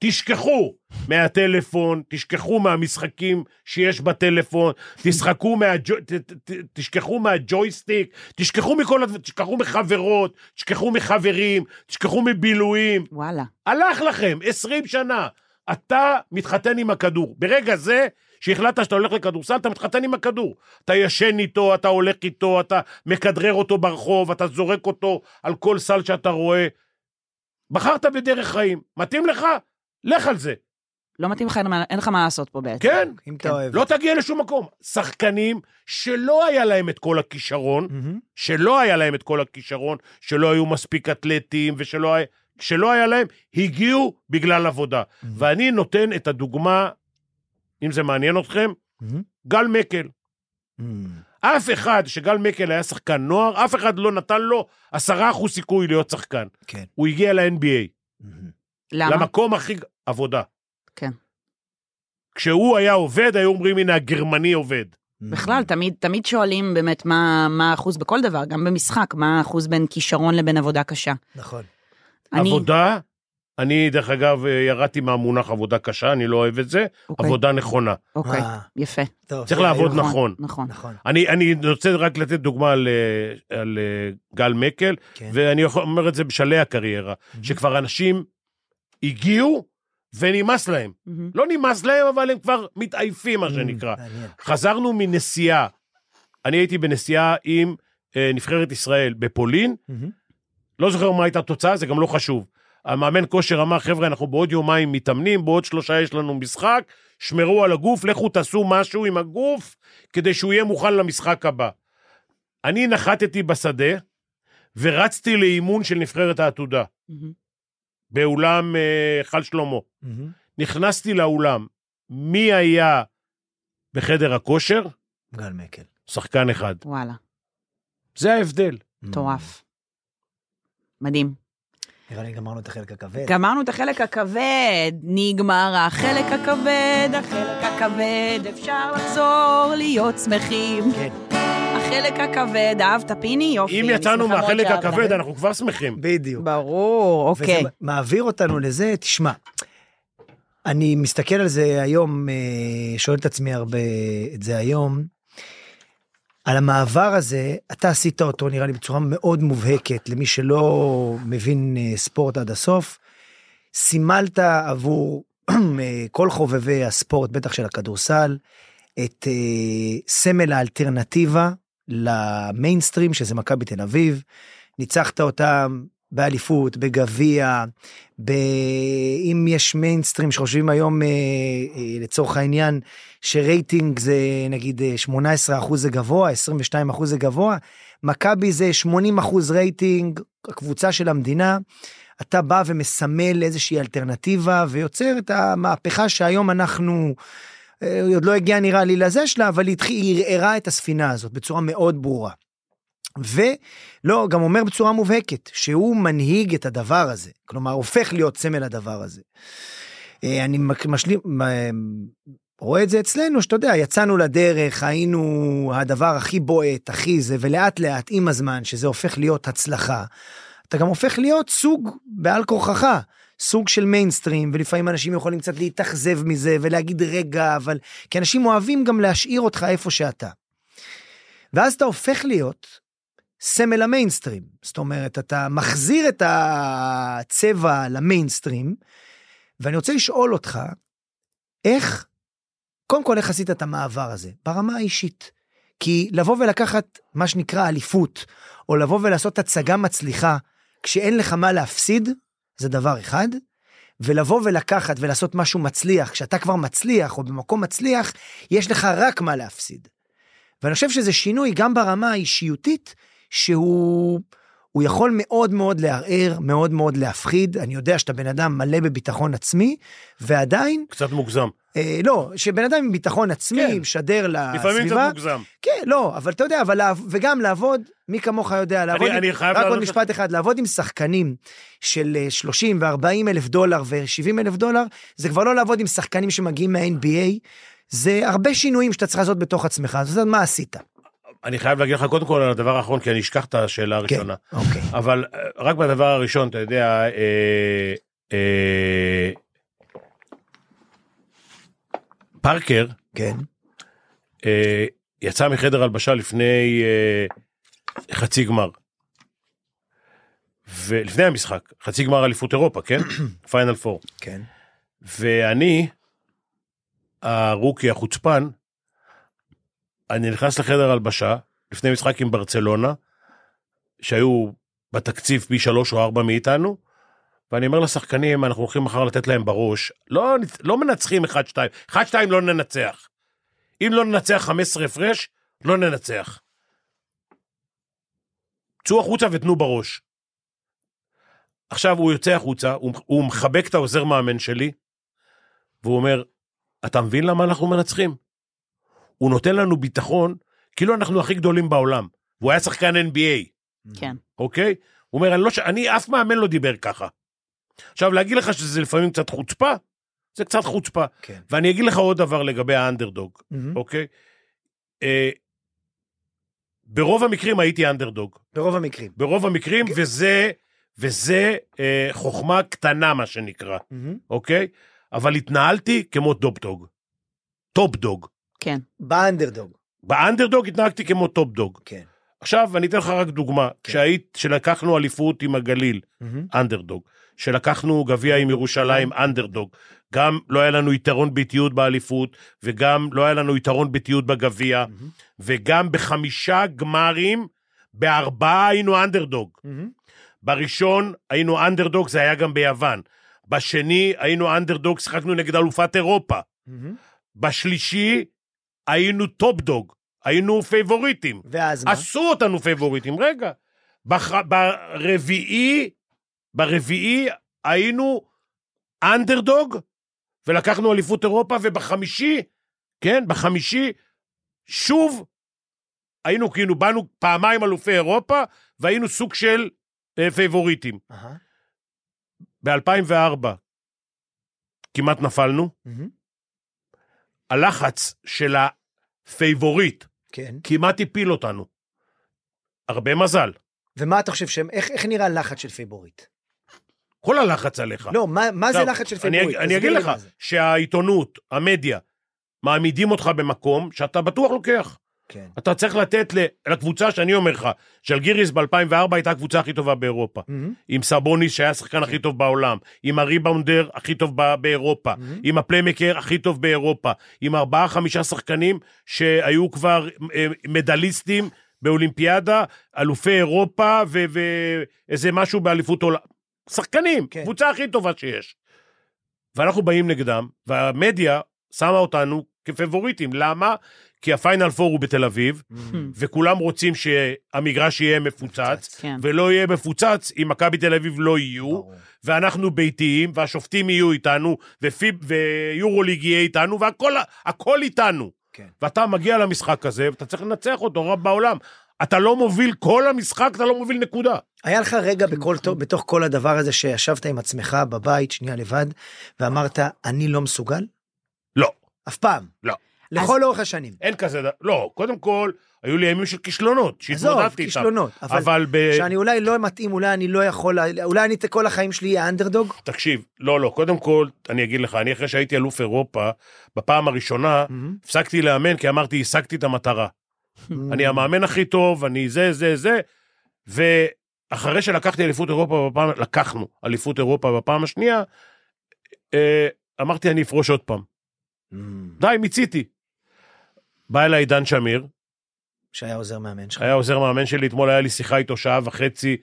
Speaker 4: תשכחו מהטלפון, תשכחו מהמשחקים שיש בטלפון, תשחקו מהג'ו, ת, ת, ת, תשכחו מהג'ויסטיק, תשכחו מכל הדברים, תשכחו מחברות, תשכחו מחברים, תשכחו מבילויים.
Speaker 3: וואלה.
Speaker 4: הלך לכם 20 שנה. אתה מתחתן עם הכדור. ברגע זה שהחלטת שאתה הולך לכדורסל, אתה מתחתן עם הכדור. אתה ישן איתו, אתה הולך איתו, אתה מכדרר אותו ברחוב, אתה זורק אותו על כל סל שאתה רואה. בחרת בדרך חיים. מתאים לך? לך על זה.
Speaker 3: לא מתאים לך, אין מה- אין לך מה לעשות פה בעצם.
Speaker 4: כן,
Speaker 2: אם
Speaker 3: כן.
Speaker 2: אתה אוהב.
Speaker 4: לא תגיע לשום מקום. שחקנים שלא היה להם את כל הכישרון,
Speaker 2: מהמם.
Speaker 4: שלא היה להם את כל הכישרון, שלא היו מספיק אתלטים ושלא היה- שלא היה להם, הגיעו בגלל עבודה. ואני נותן את הדוגמה, אם זה מעניין אתכם,
Speaker 2: מהמם.
Speaker 4: גל מקל.
Speaker 2: מהמם.
Speaker 4: אף אחד, שגל מקל היה שחקן נוער, אף אחד לא נתן לו עשרה אחוז סיכוי להיות שחקן.
Speaker 2: כן.
Speaker 4: הוא הגיע ל-NBA.
Speaker 2: מהמם.
Speaker 3: למה?
Speaker 4: למקום הכי... עבודה.
Speaker 3: כן.
Speaker 4: כשהוא היה עובד, היו אומרים, הנה, הגרמני עובד.
Speaker 3: בכלל, תמיד, תמיד שואלים באמת מה, מה האחוז בכל דבר, גם במשחק, מה האחוז בין כישרון לבין עבודה קשה.
Speaker 2: נכון.
Speaker 3: אני,
Speaker 4: עבודה, אני, דרך אגב, אה, ירדתי מהמונח עבודה קשה, אני לא אוהב את זה,
Speaker 3: אוקיי,
Speaker 4: עבודה נכונה.
Speaker 3: אוקיי,
Speaker 2: אה,
Speaker 3: יפה.
Speaker 2: טוב.
Speaker 4: צריך
Speaker 2: זה
Speaker 4: לעבוד
Speaker 2: היום.
Speaker 4: נכון.
Speaker 3: נכון.
Speaker 2: נכון.
Speaker 4: אני, אני רוצה רק לתת דוגמה על, אה, על אה, גל מקל,
Speaker 2: כן.
Speaker 4: ואני יכול- אומר את זה בשלהי הקריירה,
Speaker 2: Mhm.
Speaker 4: שכבר אנשים הגיעו ונמאס להם.
Speaker 3: מהמם.
Speaker 4: לא נמאס להם, אבל הם כבר מתעייפים, מה שנקרא.
Speaker 2: מעניין.
Speaker 4: חזרנו מנסיעה. אני הייתי בנסיעה עם אה, נבחרת ישראל בפולין,
Speaker 2: מהמם.
Speaker 4: לא זוכר מה הייתה התוצאה, זה גם לא חשוב. המאמן כושר אמר, חבר'ה, אנחנו בעוד יומיים מתאמנים, בעוד שלושה יש לנו משחק, שמרו על הגוף, לכו תעשו משהו עם הגוף, כדי שהוא יהיה מוכן למשחק הבא. אני נחתתי בשדה, ורצתי לאימון של נבחרת העתודה,
Speaker 3: מהמם.
Speaker 4: באולם אה, חל שלמה.
Speaker 2: מהמם.
Speaker 4: נכנסתי לאולם, מי היה בחדר הכושר?
Speaker 2: גל מקל.
Speaker 4: שחקן אחד.
Speaker 3: וואלה,
Speaker 4: זה ההבדל.
Speaker 3: מטורף. Mm. מדהים.
Speaker 2: נראה לי גמרנו את החלק
Speaker 4: כן.
Speaker 2: הכבד.
Speaker 3: גמרנו את החלק הכבד, נגמר החלק הכבד, החלק הכבד, אפשר לחזור להיות שמחים.
Speaker 2: כן.
Speaker 3: החלק הכבד, אהבת פיני? יופי,
Speaker 4: אם
Speaker 3: אני
Speaker 4: יצאנו
Speaker 3: שמחה מאוד
Speaker 4: מהחלק
Speaker 3: שאהבת.
Speaker 4: הכבד, אנחנו כבר שמחים.
Speaker 2: בדיוק.
Speaker 3: ברור, אוקיי.
Speaker 2: וזה מעביר אותנו לזה, תשמע, אני מסתכל על זה היום, אה, שואל את עצמי הרבה את זה היום, על המעבר הזה, אתה עשית אותו נראה לי בצורה מאוד מובהקת, למי שלא מבין אה, ספורט עד הסוף, סימלת עבור אה, כל חובבי הספורט, בטח של הכדורסל, את אה, סמל האלטרנטיבה למיינסטרים, שזה מכבי תל אביב. ניצחת אותם באליפות, בגביע, ב... אם יש מיינסטרים שחושבים היום, אה, אה, לצורך העניין, שרייטינג זה נגיד אה, 18% זה גבוה, 22% זה גבוה, מכבי זה 80% רייטינג, הקבוצה של המדינה. אתה בא ומסמל איזושהי אלטרנטיבה ויוצר את המהפכה שהיום אנחנו, אה, היא עוד לא הגיעה נראה לי לזה שלה, אבל היא התחיל- היא ערערה את הספינה הזאת בצורה מאוד ברורה. ולא, לא, גם אומר בצורה מובהקת, שהוא מנהיג את הדבר הזה. כלומר, הופך להיות סמל הדבר הזה. אה, אני מק- משלים, אה, רואה את זה אצלנו, שאתה יודע, יצאנו לדרך, היינו הדבר הכי בועט, הכי זה, ולאט לאט, עם הזמן, שזה הופך להיות הצלחה, אתה גם הופך להיות סוג בעל כורחך. סוג של מיינסטרים, ולפעמים אנשים יכולים קצת להתאכזב מזה ולהגיד רגע, אבל... כי אנשים אוהבים גם להשאיר אותך איפה שאתה. ואז אתה הופך להיות סמל המיינסטרים. זאת אומרת, אתה מחזיר את הצבע למיינסטרים, ואני רוצה לשאול אותך, איך, קודם כל, איך עשית את המעבר הזה, ברמה האישית? כי לבוא ולקחת מה שנקרא אליפות, או לבוא ולעשות הצגה מצליחה, כשאין לך מה להפסיד, זה דבר אחד, ולבוא ולקחת ולעשות משהו מצליח, כשאתה כבר מצליח או במקום מצליח, יש לך רק מה להפסיד. ואני חושב שזה שינוי גם ברמה האישיותית, שהוא הוא יכול מאוד מאוד לערער, מאוד מאוד להפחיד. אני יודע שאתה בן אדם מלא בביטחון עצמי, ועדיין,
Speaker 4: קצת מוגזם.
Speaker 2: אה, לא, שבן אדם עם ביטחון עצמי,
Speaker 4: כן.
Speaker 2: כן. משדר
Speaker 3: אה,
Speaker 2: לסביבה.
Speaker 4: לפעמים קצת מוגזם.
Speaker 2: כן, לא, אבל אתה יודע, אבל, לעב- וגם לעבוד, מי כמוך יודע, לעבוד עם,
Speaker 4: אני חייב
Speaker 2: רק
Speaker 4: לענות
Speaker 2: עוד
Speaker 4: לך-
Speaker 2: משפט אחד, לעבוד עם שחקנים של אה, 30 ו-40 אלף דולר ו-70 אלף דולר, זה כבר לא לעבוד עם שחקנים שמגיעים מה-NBA, זה הרבה שינויים שאתה צריך לעשות בתוך עצמך, אז אתה יודע מה עשית.
Speaker 4: אני חייב להגיד לך קודם כל על הדבר האחרון, כי אני אשכח את השאלה
Speaker 2: כן,
Speaker 4: הראשונה.
Speaker 2: אוקיי.
Speaker 4: אבל אה, רק בדבר הראשון, אתה יודע, אה, אה, פארקר
Speaker 2: כן,
Speaker 4: אה, יצא מחדר הלבשה לפני אה, חצי גמר. ולפני המשחק, חצי גמר אליפות אירופה, כן? פיינל פור.
Speaker 2: כן.
Speaker 4: ואני, הרוקי החוצפן, אני נכנס לחדר הלבשה לפני משחק עם ברצלונה, שהיו בתקציב פי שלוש או ארבע מאיתנו, ואני אומר לשחקנים, אנחנו הולכים מחר לתת להם בראש, לא, נצ- לא מנצחים 1-2, 1-2 לא ננצח. אם לא ננצח 15 הפרש, לא ננצח. צאו החוצה ותנו בראש. עכשיו הוא יוצא החוצה, הוא, הוא מחבק את העוזר מאמן שלי, והוא אומר, אתה מבין למה אנחנו מנצחים? הוא נותן לנו ביטחון, כאילו אנחנו הכי גדולים בעולם. והוא היה שחקן NBA,
Speaker 3: כן.
Speaker 4: אוקיי? הוא אומר, אני, לא, ש- אני אף מאמן לא דיבר ככה. עכשיו, להגיד לך שזה לפעמים קצת חוצפה? זה קצת חוצפה.
Speaker 2: כן.
Speaker 4: ואני אגיד לך עוד דבר לגבי האנדרדוג,
Speaker 2: מהמם.
Speaker 4: אוקיי? אה, ברוב המקרים הייתי אנדרדוג.
Speaker 2: ברוב המקרים.
Speaker 4: ברוב המקרים, וזה, וזה אה, חוכמה קטנה, מה שנקרא,
Speaker 2: מהמם.
Speaker 4: אוקיי? אבל התנהלתי כמו טופ-דוג. טופ-דוג.
Speaker 3: כן.
Speaker 2: באנדרדוג.
Speaker 4: באנדרדוג התנהגתי כמו טופ-דוג.
Speaker 2: כן.
Speaker 4: עכשיו, אני אתן לך רק דוגמה. כשהיית, שלקחנו אליפות עם הגליל,
Speaker 2: מהמם.
Speaker 4: אנדרדוג. שלקחנו גביע עם ירושלים, אנדרדוג. גם לא היה לנו יתרון באיטיות באליפות, וגם לא היה לנו יתרון באיטיות בגביע,
Speaker 2: מהמם.
Speaker 4: וגם בחמישה גמרים, בארבעה היינו אנדרדוג.
Speaker 2: מהמם.
Speaker 4: בראשון היינו אנדרדוג, זה היה גם ביוון. בשני היינו אנדרדוג, שיחקנו נגד אלופת אירופה.
Speaker 2: מהמם.
Speaker 4: Mm-hmm. בשלישי היינו טופדוג, היינו פייבוריטים.
Speaker 2: ואז מה?
Speaker 4: עשו אותנו פייבוריטים, רגע. בח... ברביעי, ברביעי היינו אנדרדוג, ולקחנו אליפות אירופה, ובחמישי, כן, בחמישי, שוב, היינו כאילו, באנו פעמיים אלופי אירופה, והיינו סוג של אה, פייבוריטים.
Speaker 2: אהה.
Speaker 4: ב-2004 כמעט נפלנו,
Speaker 2: מהמם.
Speaker 4: הלחץ של הפייבוריט
Speaker 2: כן.
Speaker 4: כמעט הפיל אותנו. הרבה מזל.
Speaker 2: ומה אתה חושב שהם, איך איך נראה לחץ של פייבוריט?
Speaker 4: כל הלחץ עליך.
Speaker 2: לא, מה- מה זה
Speaker 4: עכשיו,
Speaker 2: לחץ של
Speaker 4: אני
Speaker 2: פייבוריט?
Speaker 4: אג- אני
Speaker 2: תסביר
Speaker 4: אגיד
Speaker 2: לי
Speaker 4: לך
Speaker 2: מה זה.
Speaker 4: שהעיתונות, המדיה, מעמידים אותך במקום שאתה בטוח לוקח.
Speaker 2: כן.
Speaker 4: אתה צריך לתת ל- לקבוצה שאני אומר לך, ז'לגיריס ב-2004 הייתה הקבוצה הכי טובה באירופה.
Speaker 2: מהמם.
Speaker 4: עם סבוניס שהיה השחקן
Speaker 2: כן.
Speaker 4: הכי טוב בעולם, עם הריבאונדר הכי טוב ב- באירופה,
Speaker 2: Mhm.
Speaker 4: עם הפליימקר הכי טוב באירופה, עם ארבעה חמישה שחקנים שהיו כבר אה, מדליסטים באולימפיאדה, אלופי אירופה ו- ואיזה משהו באליפות עולם. שחקנים,
Speaker 2: כן.
Speaker 4: קבוצה הכי טובה שיש. ואנחנו באים נגדם, והמדיה שמה אותנו כפבוריטים. למה? כי הפיינל פור הוא בתל אביב,
Speaker 2: מהמם.
Speaker 4: וכולם רוצים שהמגרש יהיה מפוצץ,
Speaker 3: כן.
Speaker 4: ולא יהיה מפוצץ אם מכבי תל אביב לא יהיו,
Speaker 2: ברור.
Speaker 4: ואנחנו ביתיים, והשופטים יהיו איתנו, ופיב, ויורוליג יהיה איתנו, והכל הכל איתנו.
Speaker 2: כן.
Speaker 4: ואתה מגיע למשחק הזה, ואתה צריך לנצח אותו רב בעולם. אתה לא מוביל כל המשחק, אתה לא מוביל נקודה.
Speaker 2: היה לך רגע
Speaker 4: Mm-hmm.
Speaker 2: בכל, בתוך כל הדבר הזה שישבת עם עצמך בבית שנייה לבד, ואמרת, אני לא מסוגל?
Speaker 4: לא,
Speaker 2: אף פעם.
Speaker 4: לא.
Speaker 2: לכל אורך השנים.
Speaker 4: אין כזה דבר. לא, קודם כל, היו לי ימים של כישלונות,
Speaker 2: עזוב,
Speaker 4: שהתמודדתי איתם.
Speaker 2: כישלונות. אבל
Speaker 4: אבל ב...
Speaker 2: שאני אולי לא מתאים, אולי אני לא יכול, אולי אני כל החיים שלי אהיה אנדרדוג?
Speaker 4: תקשיב, לא, לא, קודם כל, אני אגיד לך, אני אחרי שהייתי אלוף אירופה, בפעם הראשונה,
Speaker 2: Mm-hmm.
Speaker 4: הפסקתי לאמן, כי אמרתי, השגתי את המטרה. אני
Speaker 2: Mm.
Speaker 4: המאמן הכי טוב, אני זה, זה, זה. ואחרי שלקחתי אליפות אירופה בפעם, לקחנו אליפות אירופה בפעם השנייה, אה, אמרתי, אני אפרוש עוד פעם.
Speaker 2: Mm-hmm.
Speaker 4: די, מיציתי. בא אליי עידן שמיר,
Speaker 2: שהיה עוזר מאמן שלך.
Speaker 4: היה עוזר מאמן שלי, אתמול היה לי שיחה איתו שעה וחצי,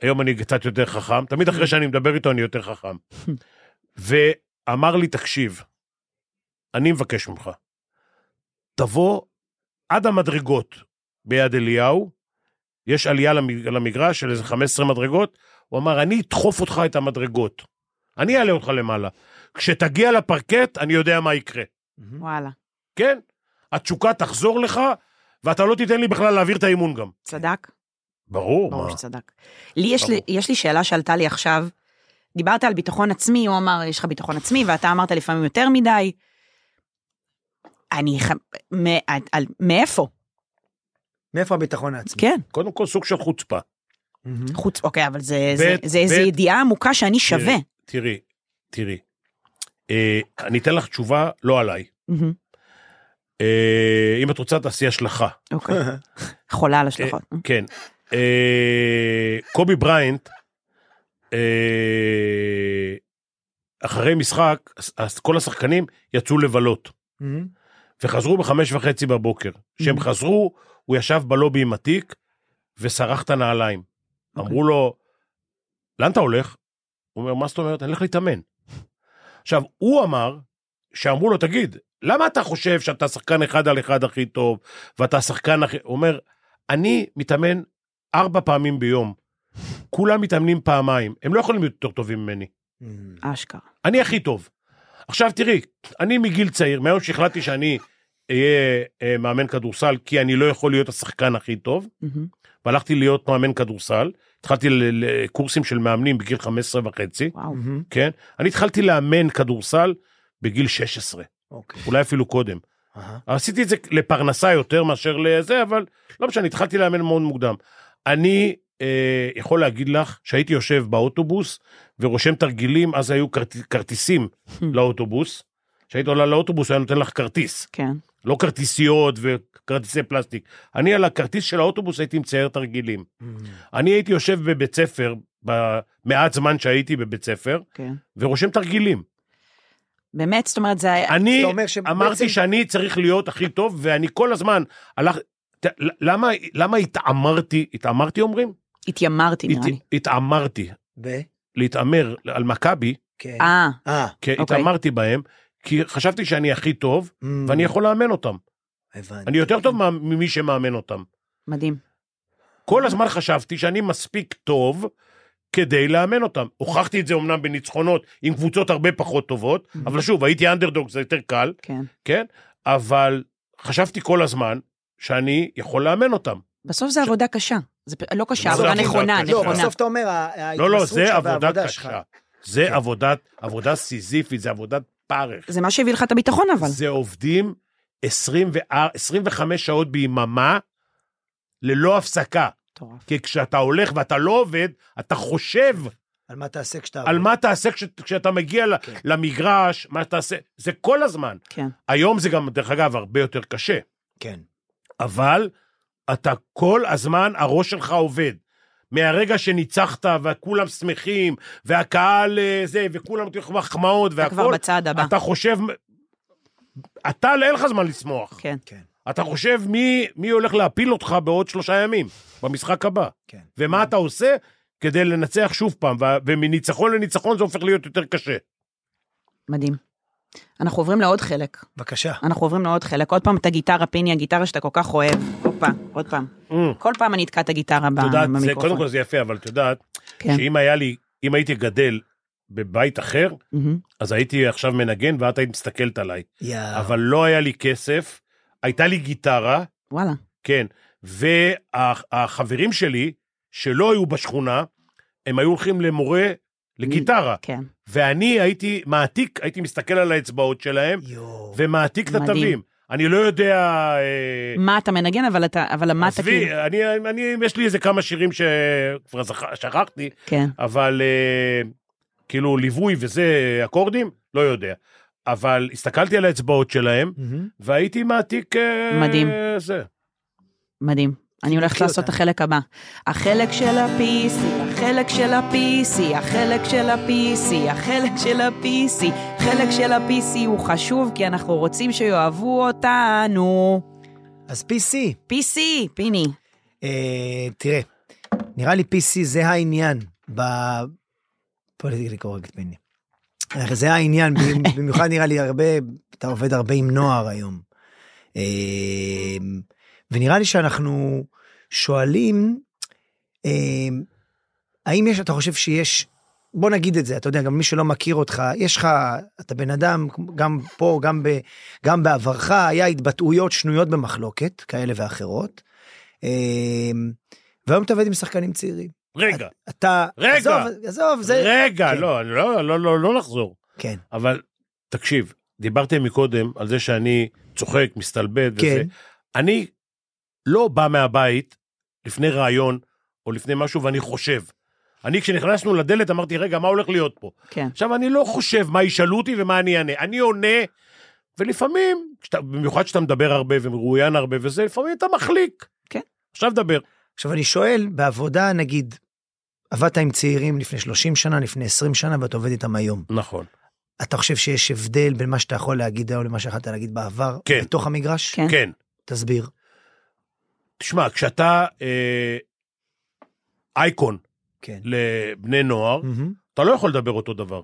Speaker 4: היום אני קצת יותר חכם, תמיד אחרי שאני מדבר איתו אני יותר חכם. ואמר לי, תקשיב, אני מבקש ממך, תבוא עד המדרגות ביד אליהו, יש עלייה למג- למגרש של איזה 15 מדרגות, הוא אמר, אני אדחוף אותך את המדרגות, אני אעלה אותך למעלה. כשתגיע לפרקט, אני יודע מה יקרה.
Speaker 2: מהמם.
Speaker 3: וואלה,
Speaker 4: כן, התשוקה תחזור לך, ואתה לא תיתן לי בכלל להעביר את האימון גם.
Speaker 3: צדק?
Speaker 4: ברור, מה?
Speaker 3: ברור שצדק. לי יש, לי
Speaker 4: ברור.
Speaker 3: יש לי שאלה שעלתה לי עכשיו. דיברת על ביטחון עצמי, הוא אמר, יש לך ביטחון עצמי, ואתה אמרת לפעמים יותר מדי. אני... ח- מ- על- על- מאיפה?
Speaker 2: מאיפה הביטחון העצמי? Mm-hmm.
Speaker 3: כן.
Speaker 4: קודם כל סוג של חוצפה.
Speaker 2: מהמם.
Speaker 3: חוץ, אוקיי, אבל זה, זה,
Speaker 4: בית-
Speaker 3: זה איזו
Speaker 4: בית- כן.
Speaker 3: ידיעה עמוקה שאני שווה.
Speaker 4: תראי, תראי. אה, אני אתן לך תשובה לא עליי.
Speaker 3: מהמם,
Speaker 4: אה, אם את רוצה, תעשי השלכה.
Speaker 3: אוקיי.
Speaker 4: אה.
Speaker 2: Mm-hmm.
Speaker 3: חולה על השלכות.
Speaker 4: כן. אה, קובי בריינט, אה, אחרי משחק, אז- אז כל השחקנים יצאו לבלות,
Speaker 2: מהמם.
Speaker 4: וחזרו בחמש וחצי בבוקר. כשהם
Speaker 2: Mhm.
Speaker 4: חזרו, הוא ישב בלובי עם התיק, וסרח את הנעליים. אמרו לו, לאן אתה הולך? הוא אומר, מה זאת אומרת? אני הולך להתאמן. עכשיו, הוא אמר, שאמרו לו, תגיד, למה אתה חושב שאתה שחקן אחד על אחד הכי טוב, ואתה השחקן הכי... הוא אומר, אני מתאמן ארבע פעמים ביום. כולם מתאמנים פעמיים, הם לא יכולים להיות יותר טובים ממני.
Speaker 2: מהמם.
Speaker 4: אה.
Speaker 3: אשכרה.
Speaker 4: אני הכי טוב. עכשיו תראי, אני מגיל צעיר, מהיום שהחלטתי שאני אהיה אה, מאמן כדורסל, כי אני לא יכול להיות השחקן הכי טוב,
Speaker 3: מהמם,
Speaker 4: והלכתי להיות מאמן כדורסל, התחלתי ל- לקורסים של מאמנים בגיל 15 וחצי,
Speaker 3: וואו.
Speaker 2: מהמם.
Speaker 4: כן? אני התחלתי לאמן כדורסל בגיל 16,
Speaker 2: אוקיי. Uh-huh.
Speaker 4: אולי אפילו קודם.
Speaker 2: אהה.
Speaker 4: עשיתי את זה לפרנסה יותר מאשר לזה, אבל לא משנה, התחלתי לאמן מאוד מוקדם. אני אה, יכול להגיד לך שהייתי יושב באוטובוס ורושם תרגילים, אז היו כרט, כרטיסים לא. לאוטובוס. כשהיית עולה לאוטובוס, הוא היה נותן לך כרטיס.
Speaker 3: כן.
Speaker 4: לא כרטיסיות וכרטיסי פלסטיק. אני על הכרטיס של האוטובוס הייתי מצייר תרגילים.
Speaker 2: מהמם.
Speaker 4: אני הייתי יושב בבית ספר, במעט זמן שהייתי בבית ספר,
Speaker 3: כן.
Speaker 4: ורושם תרגילים.
Speaker 3: באמת, זאת אומרת, זה היה...
Speaker 4: אני
Speaker 2: אתה אומר שבעצם-
Speaker 4: אמרתי שאני צריך להיות הכי טוב, ואני כל הזמן הלך... ת- למה, למה התעמרתי, התעמרתי אומרים?
Speaker 3: התיימרתי, נראה לי.
Speaker 4: הת, התעמרתי,
Speaker 2: ב-
Speaker 4: להתעמר על מכבי,
Speaker 2: כן.
Speaker 3: אה,
Speaker 2: אה.
Speaker 4: כי
Speaker 3: אוקיי.
Speaker 4: התעמרתי בהם, כי חשבתי שאני הכי טוב,
Speaker 2: מהמם.
Speaker 3: Mm.
Speaker 4: ואני יכול לאמן אותם.
Speaker 2: mm-hmm. הבנתי.
Speaker 4: אני יותר טוב מה- ממי שמאמן אותם.
Speaker 3: מדהים.
Speaker 4: כל הזמן חשבתי שאני מספיק טוב כדי לאמן אותם. הוכחתי את זה אמנם בניצחונות עם קבוצות הרבה פחות טובות, אבל שוב, הייתי אנדרדוג, זה יותר קל,
Speaker 3: כן.
Speaker 4: כן? אבל חשבתי כל הזמן שאני יכול לאמן אותם.
Speaker 3: בסוף זה עבודה קשה. זה פ- לא קשה,
Speaker 4: מה זה
Speaker 3: עבודה
Speaker 4: עבודה
Speaker 3: נכונה,
Speaker 4: קשה?
Speaker 2: לא,
Speaker 4: נכונה.
Speaker 2: בסוף
Speaker 3: נכונה.
Speaker 2: אתה אומר, ה-
Speaker 4: לא, לא,
Speaker 2: ההתמסרות
Speaker 4: זה
Speaker 2: שלך
Speaker 4: עבודה
Speaker 2: והעבודה שלך.
Speaker 4: קשה. זה עבודת, עבודה סיזיפית, זה עבודת פרך.
Speaker 3: כן. זה מה שהביא לך את הביטחון, אבל.
Speaker 4: זה עובדים 24 25 שעות ביממה ללא הפסקה.
Speaker 3: מטורף.
Speaker 4: כי כשאתה הולך ואתה לא עובד, אתה חושב
Speaker 2: על מה תעשה כשאתה...
Speaker 4: על מה תעשה כש- כשאתה מגיע ל-
Speaker 2: כן.
Speaker 4: למגרש, מה תעשה, זה כל הזמן.
Speaker 3: כן.
Speaker 4: היום זה גם, דרך אגב, הרבה יותר קשה,
Speaker 2: כן.
Speaker 4: אבל אתה כל הזמן, הראש שלך עובד. מהרגע שניצחת, וכולם שמחים, והקהל אה, זה, וכולם נותנים לך מחמאות,
Speaker 3: אתה כבר
Speaker 4: והכול,
Speaker 3: בצעד הבא.
Speaker 4: אתה חושב, אתה, לא- אין לך זמן לשמוח.
Speaker 3: כן.
Speaker 4: אתה חושב מי, מי הולך להפיל אותך בעוד שלושה ימים, במשחק הבא.
Speaker 2: כן.
Speaker 4: ומה אתה עושה כדי לנצח שוב פעם, ו- ומניצחון לניצחון זה הופך להיות יותר קשה.
Speaker 3: מדהים. אנחנו עוברים לעוד חלק.
Speaker 2: בבקשה.
Speaker 3: אנחנו עוברים לעוד חלק. עוד פעם את הגיטרה, פיני, הגיטרה שאתה כל כך אוהב. הופה, עוד פעם.
Speaker 4: Mm.
Speaker 3: כל פעם אני אתקע את הגיטרה ב-
Speaker 4: את יודעת, זה,
Speaker 3: כן. במיקרופון.
Speaker 4: קודם כל זה יפה, אבל את יודעת,
Speaker 3: כן.
Speaker 4: שאם היה לי, אם הייתי גדל בבית אחר,
Speaker 3: מהמם.
Speaker 4: אז הייתי עכשיו מנגן
Speaker 3: אה.
Speaker 4: ואת היית מסתכלת עליי.
Speaker 2: יאה.
Speaker 4: אבל לא היה לי כסף, הייתה לי גיטרה,
Speaker 3: וואלה.
Speaker 4: כן. והחברים שלי, שלא היו בשכונה, הם היו הולכים למורה לגיטרה.
Speaker 3: כן.
Speaker 4: ואני הייתי מעתיק, הייתי מסתכל על האצבעות שלהם,
Speaker 2: יואו.
Speaker 4: ומעתיק את
Speaker 3: מדהים.
Speaker 4: התווים. אני לא יודע... אה,
Speaker 3: מה אתה מנגן, אבל אתה, אבל למדת כאילו...
Speaker 4: עזבי, אני, אני, יש לי איזה כמה שירים שכבר זכ- שכחתי,
Speaker 3: כן.
Speaker 4: אבל אה, כאילו ליווי וזה אקורדים, לא יודע. אבל הסתכלתי על האצבעות שלהם,
Speaker 2: מהמם.
Speaker 4: והייתי מעתיק... אה,
Speaker 3: מדהים.
Speaker 4: זה.
Speaker 3: מדהים. אני הולכת
Speaker 2: אותה.
Speaker 3: לעשות את החלק הבא. החלק של ה-PC, החלק של ה-PC, החלק של ה-PC, החלק של ה-PC, חלק של ה-PC הוא חשוב כי אנחנו רוצים שיאהבו אותנו.
Speaker 2: אז PC,
Speaker 3: PC, פיני.
Speaker 2: אה, תראה, נראה לי PC זה העניין בפוליטיקלי קורקט מיני. זה העניין, ב- במיוחד נראה לי הרבה, אתה עובד הרבה עם נוער היום. אה, ונראה לי שאנחנו שואלים, אה, האם יש, אתה חושב שיש, בוא נגיד את זה, אתה יודע, גם מי שלא מכיר אותך, יש לך, אתה בן אדם, גם פה, גם, ב, גם בעברך, היה התבטאויות שנויות במחלוקת, כאלה ואחרות. אמ, והיום אתה עובד עם שחקנים צעירים.
Speaker 4: רגע,
Speaker 2: אתה...
Speaker 4: רגע.
Speaker 2: עזוב, עזוב, זה...
Speaker 4: רגע,
Speaker 2: כן.
Speaker 4: לא, לא, לא, לא, לא לחזור.
Speaker 2: כן.
Speaker 4: אבל תקשיב, דיברתם מקודם על זה שאני צוחק, מסתלבט וזה.
Speaker 2: כן.
Speaker 4: אני לא בא מהבית לפני רעיון או לפני משהו ואני חושב. אני כשנכנסנו לדלת אמרתי, רגע, מה הולך להיות פה?
Speaker 3: כן.
Speaker 4: עכשיו, אני לא חושב מה ישאלו אותי ומה אני אענה. אני עונה, ולפעמים, כשאתה, במיוחד כשאתה מדבר הרבה ומרואיין הרבה וזה, לפעמים אתה מחליק.
Speaker 3: כן.
Speaker 4: עכשיו דבר.
Speaker 2: עכשיו אני שואל, בעבודה, נגיד, עבדת עם צעירים לפני 30 שנה, לפני 20 שנה, ואתה עובד איתם היום.
Speaker 4: נכון.
Speaker 2: אתה חושב שיש הבדל בין מה שאתה יכול להגיד היום למה שיכולת להגיד בעבר?
Speaker 4: כן.
Speaker 2: בתוך המגרש?
Speaker 3: כן.
Speaker 4: כן.
Speaker 2: תסביר.
Speaker 4: תשמע, כשאתה אה, אייקון
Speaker 2: כן.
Speaker 4: לא. לבני נוער,
Speaker 2: מהמם.
Speaker 4: אתה לא יכול לדבר אותו דבר.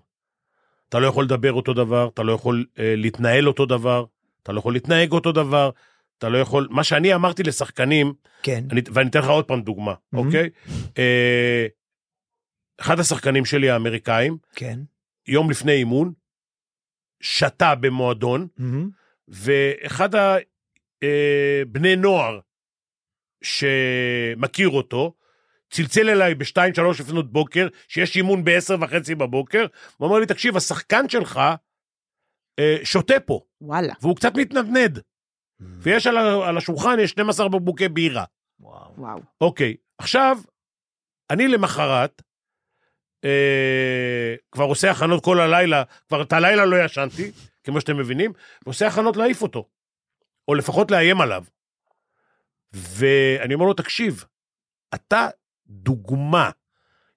Speaker 4: אתה לא יכול לדבר אותו דבר, אתה לא יכול אה, להתנהל אותו דבר, אתה לא יכול להתנהג אותו דבר, אתה לא יכול... מה שאני אמרתי לשחקנים,
Speaker 2: כן.
Speaker 4: אני, ואני אתן לך עוד פעם דוגמה,
Speaker 2: Mhm.
Speaker 4: אוקיי? אה, אחד השחקנים שלי האמריקאים,
Speaker 2: כן.
Speaker 4: יום לפני אימון, שתה במועדון,
Speaker 2: מהמם.
Speaker 4: ואחד הבני נוער שמכיר אותו, צלצל אליי בשתיים, שלוש לפנות בוקר, שיש אימון בעשר וחצי בבוקר, הוא אמר לי, תקשיב, השחקן שלך אה, שותה פה,
Speaker 3: וואלה.
Speaker 4: והוא קצת מתנדנד, ויש על, ה- על השולחן, יש 12 בקבוקי בירה.
Speaker 2: וואו.
Speaker 3: וואו.
Speaker 4: אוקיי, עכשיו, אני למחרת, אה, כבר עושה הכנות כל הלילה, כבר את הלילה לא ישנתי, כמו שאתם מבינים, ועושה הכנות להעיף אותו, או לפחות לאיים עליו. ואני אומר לו, תקשיב, אתה דוגמה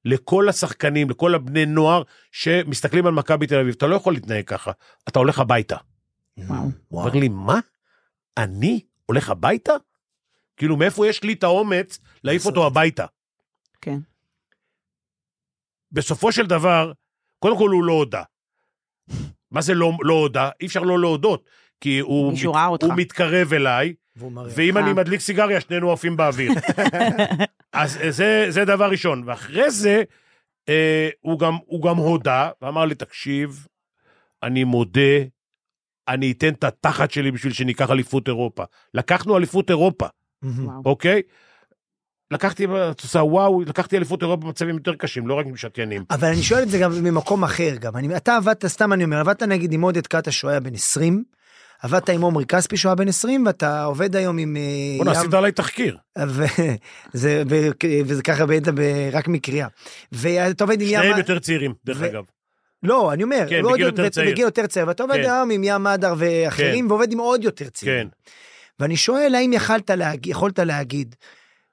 Speaker 4: לכל השחקנים, לכל הבני נוער שמסתכלים על מכבי תל אביב, אתה לא יכול להתנהג ככה, אתה הולך הביתה.
Speaker 3: וואו.
Speaker 4: הוא
Speaker 2: וואו.
Speaker 4: אומר לי, מה? אני הולך הביתה? כאילו, מאיפה יש לי את האומץ להעיף
Speaker 2: לעשות
Speaker 4: אותו
Speaker 2: את זה.
Speaker 4: הביתה?
Speaker 3: כן.
Speaker 4: בסופו של דבר, קודם כל הוא לא הודה. מה זה לא, לא הודה? אי אפשר לא להודות, כי הוא,
Speaker 3: מישהו ראה אותך.
Speaker 4: הוא מתקרב אליי,
Speaker 2: והוא מראה.
Speaker 4: ואם
Speaker 3: אותך.
Speaker 4: אני מדליק סיגריה, שנינו עפים באוויר. אז זה, זה דבר ראשון. ואחרי זה, אה, הוא, גם, הוא גם הודה, ואמר לי, תקשיב, אני מודה, אני אתן את התחת שלי בשביל שניקח אליפות אירופה. לקחנו אליפות אירופה,
Speaker 2: מהמם.
Speaker 3: וואו.
Speaker 4: אוקיי? לקחתי, את עושה וואו, לקחתי אליפות אירופה במצבים יותר קשים, לא רק עם שתיינים.
Speaker 2: אבל אני שואל את זה גם ממקום אחר גם. אני, אתה עבדת, סתם אני אומר, עבדת נגיד עם עודד קאטה שהוא היה בן 20, עבדת עם עומרי כספי שהוא היה בן 20, ואתה עובד היום עם... אה,
Speaker 4: בוא'נה,
Speaker 2: ים-
Speaker 4: עשית עליי תחקיר.
Speaker 2: ו- זה- ו- וזה ככה בעצם ב- רק מקריאה. ואתה עובד עם ים...
Speaker 4: שניהם יותר צעירים, דרך
Speaker 2: ו-
Speaker 4: אגב.
Speaker 2: לא, אני אומר,
Speaker 4: כן,
Speaker 2: ועוד-
Speaker 4: בגיל יותר
Speaker 2: ו-
Speaker 4: צעיר.
Speaker 2: בגיל יותר צעיר, ואתה עובד
Speaker 4: כן.
Speaker 2: היום עם ים אדר ואחרים, ועובד עם עוד יותר צעירים.
Speaker 4: כן.
Speaker 2: ואני שואל, האם יכלת להגיד, יכולת להגיד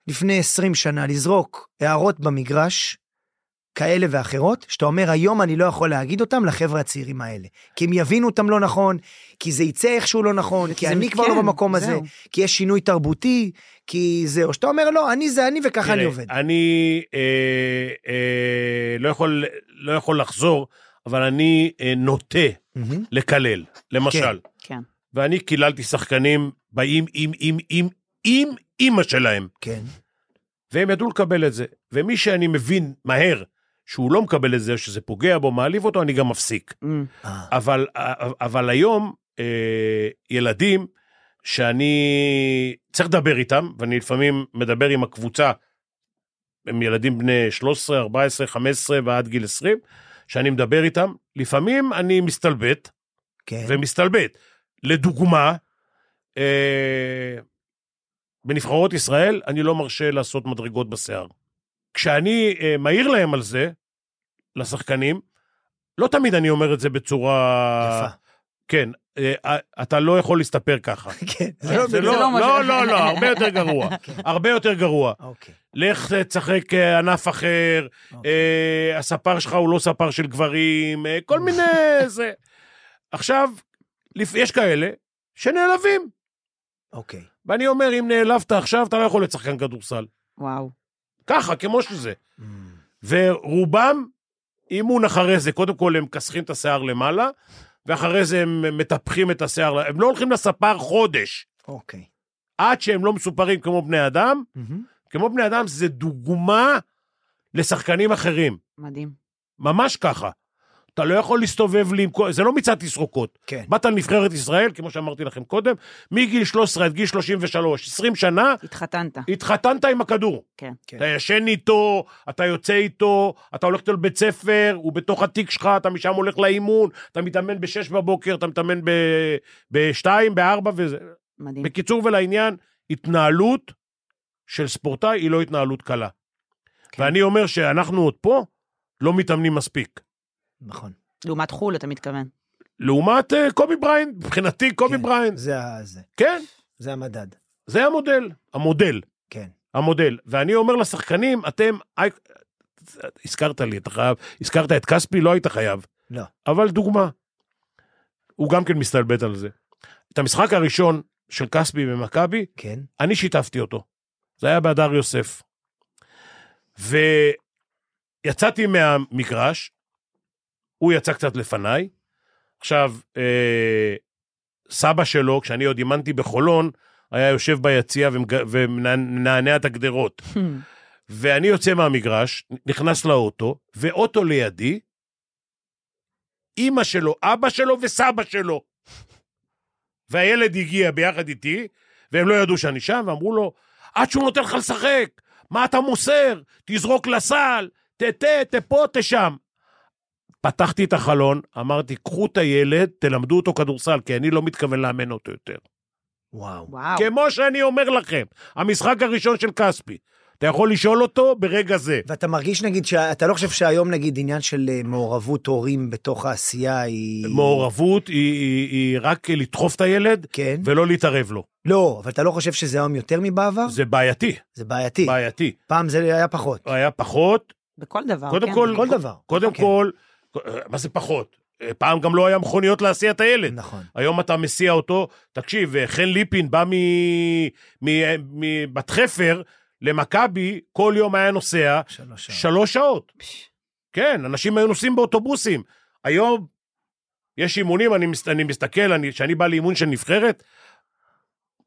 Speaker 2: לפני 20 שנה, לזרוק הערות במגרש, כאלה ואחרות, שאתה אומר, היום אני לא יכול להגיד אותם לחבר'ה הצעירים האלה. כי הם יבינו אותם לא נכון, כי זה יצא איכשהו לא נכון, כי
Speaker 3: זה-
Speaker 2: אני כבר
Speaker 3: כן,
Speaker 2: לא במקום הזה,
Speaker 3: זהו.
Speaker 2: כי יש שינוי תרבותי, כי זה, או שאתה אומר, לא, אני זה אני וככה אני
Speaker 4: תראה,
Speaker 2: עובד.
Speaker 4: אני אה, אה, לא יכול- לא יכול לחזור, אבל אני אה, נוטה
Speaker 2: מהמם.
Speaker 4: לקלל, למשל.
Speaker 3: כן.
Speaker 4: ואני קיללתי שחקנים באים עם, עם, עם, עם אימא שלהם,
Speaker 2: כן,
Speaker 4: והם ידעו לקבל את זה. ומי שאני מבין מהר שהוא לא מקבל את זה, שזה פוגע בו, מעליב אותו, אני
Speaker 2: Mm.
Speaker 4: גם מפסיק.
Speaker 3: אמ,
Speaker 2: אה,
Speaker 4: אבל, אבל היום, אה, ילדים שאני צריך לדבר איתם, ואני לפעמים מדבר עם הקבוצה, הם ילדים בני 13, 14, 15 ועד גיל 20, שאני מדבר איתם, לפעמים אני מסתלבט,
Speaker 2: כן.
Speaker 4: ומסתלבט. לדוגמה, אה, בנבחרות ישראל אני לא מרשה לעשות מדרגות בשיער. כשאני אה, מעיר להם על זה, לשחקנים, לא תמיד אני אומר את זה בצורה...
Speaker 2: יפה.
Speaker 4: כן, אה, אה, אתה לא יכול להסתפר ככה.
Speaker 2: כן. זה
Speaker 3: כן,
Speaker 2: לא-
Speaker 4: זה
Speaker 3: זה לא
Speaker 4: לא,
Speaker 3: מה
Speaker 4: לא,
Speaker 3: ש-
Speaker 4: לא, לא, הרבה יותר גרוע. הרבה יותר גרוע.
Speaker 2: אוקיי.
Speaker 4: לך תשחק אה, ענף אחר,
Speaker 2: אוקיי.
Speaker 4: אה, הספר שלך הוא לא ספר של גברים, אה, כל מיני זה. עכשיו, לפ- יש כאלה שנעלבים,
Speaker 2: אוקיי.
Speaker 4: ואני אומר, אם נעלבת עכשיו, אתה לא יכול להיות שחקן כדורסל.
Speaker 3: וואו.
Speaker 4: ככה, כמו שזה.
Speaker 2: Mm,
Speaker 4: ורובם, אימון אחרי זה, קודם כל הם מכסחים את השיער למעלה, ואחרי זה הם מטפחים את השיער, הם לא הולכים לספר חודש,
Speaker 2: אוקיי.
Speaker 4: עד שהם לא מסופרים כמו בני אדם.
Speaker 2: מהמם.
Speaker 4: כמו בני אדם, זה דוגמה לשחקנים אחרים.
Speaker 3: מדהים.
Speaker 4: ממש ככה. אתה לא יכול להסתובב לי עם כל... זה לא מצעד תסרוקות.
Speaker 2: כן.
Speaker 4: באת לנבחרת ישראל, כמו שאמרתי לכם קודם, מגיל 13 עד גיל 33, 20 שנה,
Speaker 3: התחתנת.
Speaker 4: התחתנת עם הכדור.
Speaker 3: כן.
Speaker 2: כן.
Speaker 4: אתה ישן איתו, אתה יוצא איתו, אתה הולך איתו לבית ספר, הוא בתוך התיק שלך, אתה משם הולך לאימון, אתה מתאמן ב-6 בבוקר, אתה מתאמן ב-2, ב-4 וזה.
Speaker 3: מדהים.
Speaker 4: בקיצור ולעניין, התנהלות של ספורטאי היא לא התנהלות קלה.
Speaker 3: כן.
Speaker 4: ואני אומר שאנחנו עוד פה לא מתאמנים מספיק.
Speaker 2: נכון.
Speaker 3: לעומת חו"ל, אתה מתכוון.
Speaker 4: לעומת אה, קובי בריינד, מבחינתי קובי
Speaker 2: כן.
Speaker 4: בריינד,
Speaker 2: זה ה- זה.
Speaker 4: כן,
Speaker 2: זה המדד.
Speaker 4: זה המודל, המודל,
Speaker 2: כן.
Speaker 4: המודל. ואני אומר לשחקנים, אתם, אי- הזכרת לי, אתה חייב, הזכרת את כספי, לא היית חייב.
Speaker 2: לא.
Speaker 4: אבל דוגמה, הוא גם כן מסתלבט על זה. את המשחק הראשון של כספי במכבי,
Speaker 2: כן.
Speaker 4: אני שיתפתי אותו. זה היה בהדר יוסף. ויצאתי מהמגרש, הוא יצא קצת לפניי. עכשיו, אה, סבא שלו, כשאני עוד אימנתי בחולון, היה יושב ביציע ומג- ומנענע את הגדרות.
Speaker 2: Hmm.
Speaker 4: ואני יוצא מהמגרש, נכנס לאוטו, ואוטו לידי, אימא שלו, אבא שלו וסבא שלו. והילד הגיע ביחד איתי, והם לא ידעו שאני שם, ואמרו לו, עד שהוא נותן לך לשחק, מה אתה מוסר? תזרוק לסל, תתה, תפה, תשם. פתחתי את החלון, אמרתי, קחו את הילד, תלמדו אותו כדורסל, כי אני לא מתכוון לאמן אותו יותר.
Speaker 2: וואו.
Speaker 3: וואו.
Speaker 4: כמו שאני אומר לכם, המשחק הראשון של כספי, אתה יכול לשאול אותו ברגע זה.
Speaker 2: ואתה מרגיש נגיד, אתה לא חושב שהיום נגיד עניין של אה, מעורבות הורים בתוך העשייה היא...
Speaker 4: מעורבות היא, היא, היא רק לדחוף את הילד
Speaker 2: כן.
Speaker 4: ולא להתערב לו.
Speaker 2: לא, אבל אתה לא חושב שזה היום יותר מבעבר?
Speaker 4: זה בעייתי,
Speaker 2: זה בעייתי.
Speaker 4: בעייתי.
Speaker 2: פעם זה היה פחות.
Speaker 4: היה פחות,
Speaker 3: בכל דבר.
Speaker 4: קודם
Speaker 3: כן.
Speaker 4: כל-
Speaker 2: כל דבר.
Speaker 4: קודם
Speaker 2: אוקיי.
Speaker 4: כל, מה זה פחות? פעם גם לא היה מכוניות להסיע את הילד.
Speaker 2: נכון.
Speaker 4: היום אתה מסיע אותו, תקשיב, חן ליפין בא מ- מ- מבת חפר למכבי, כל יום היה נוסע
Speaker 2: שלוש שעות.
Speaker 4: שלוש שעות.
Speaker 3: פש,
Speaker 4: כן, אנשים היו נוסעים באוטובוסים. היום יש אימונים, אני, מס- אני מסתכל, אני- כשאני בא לאימון של נבחרת,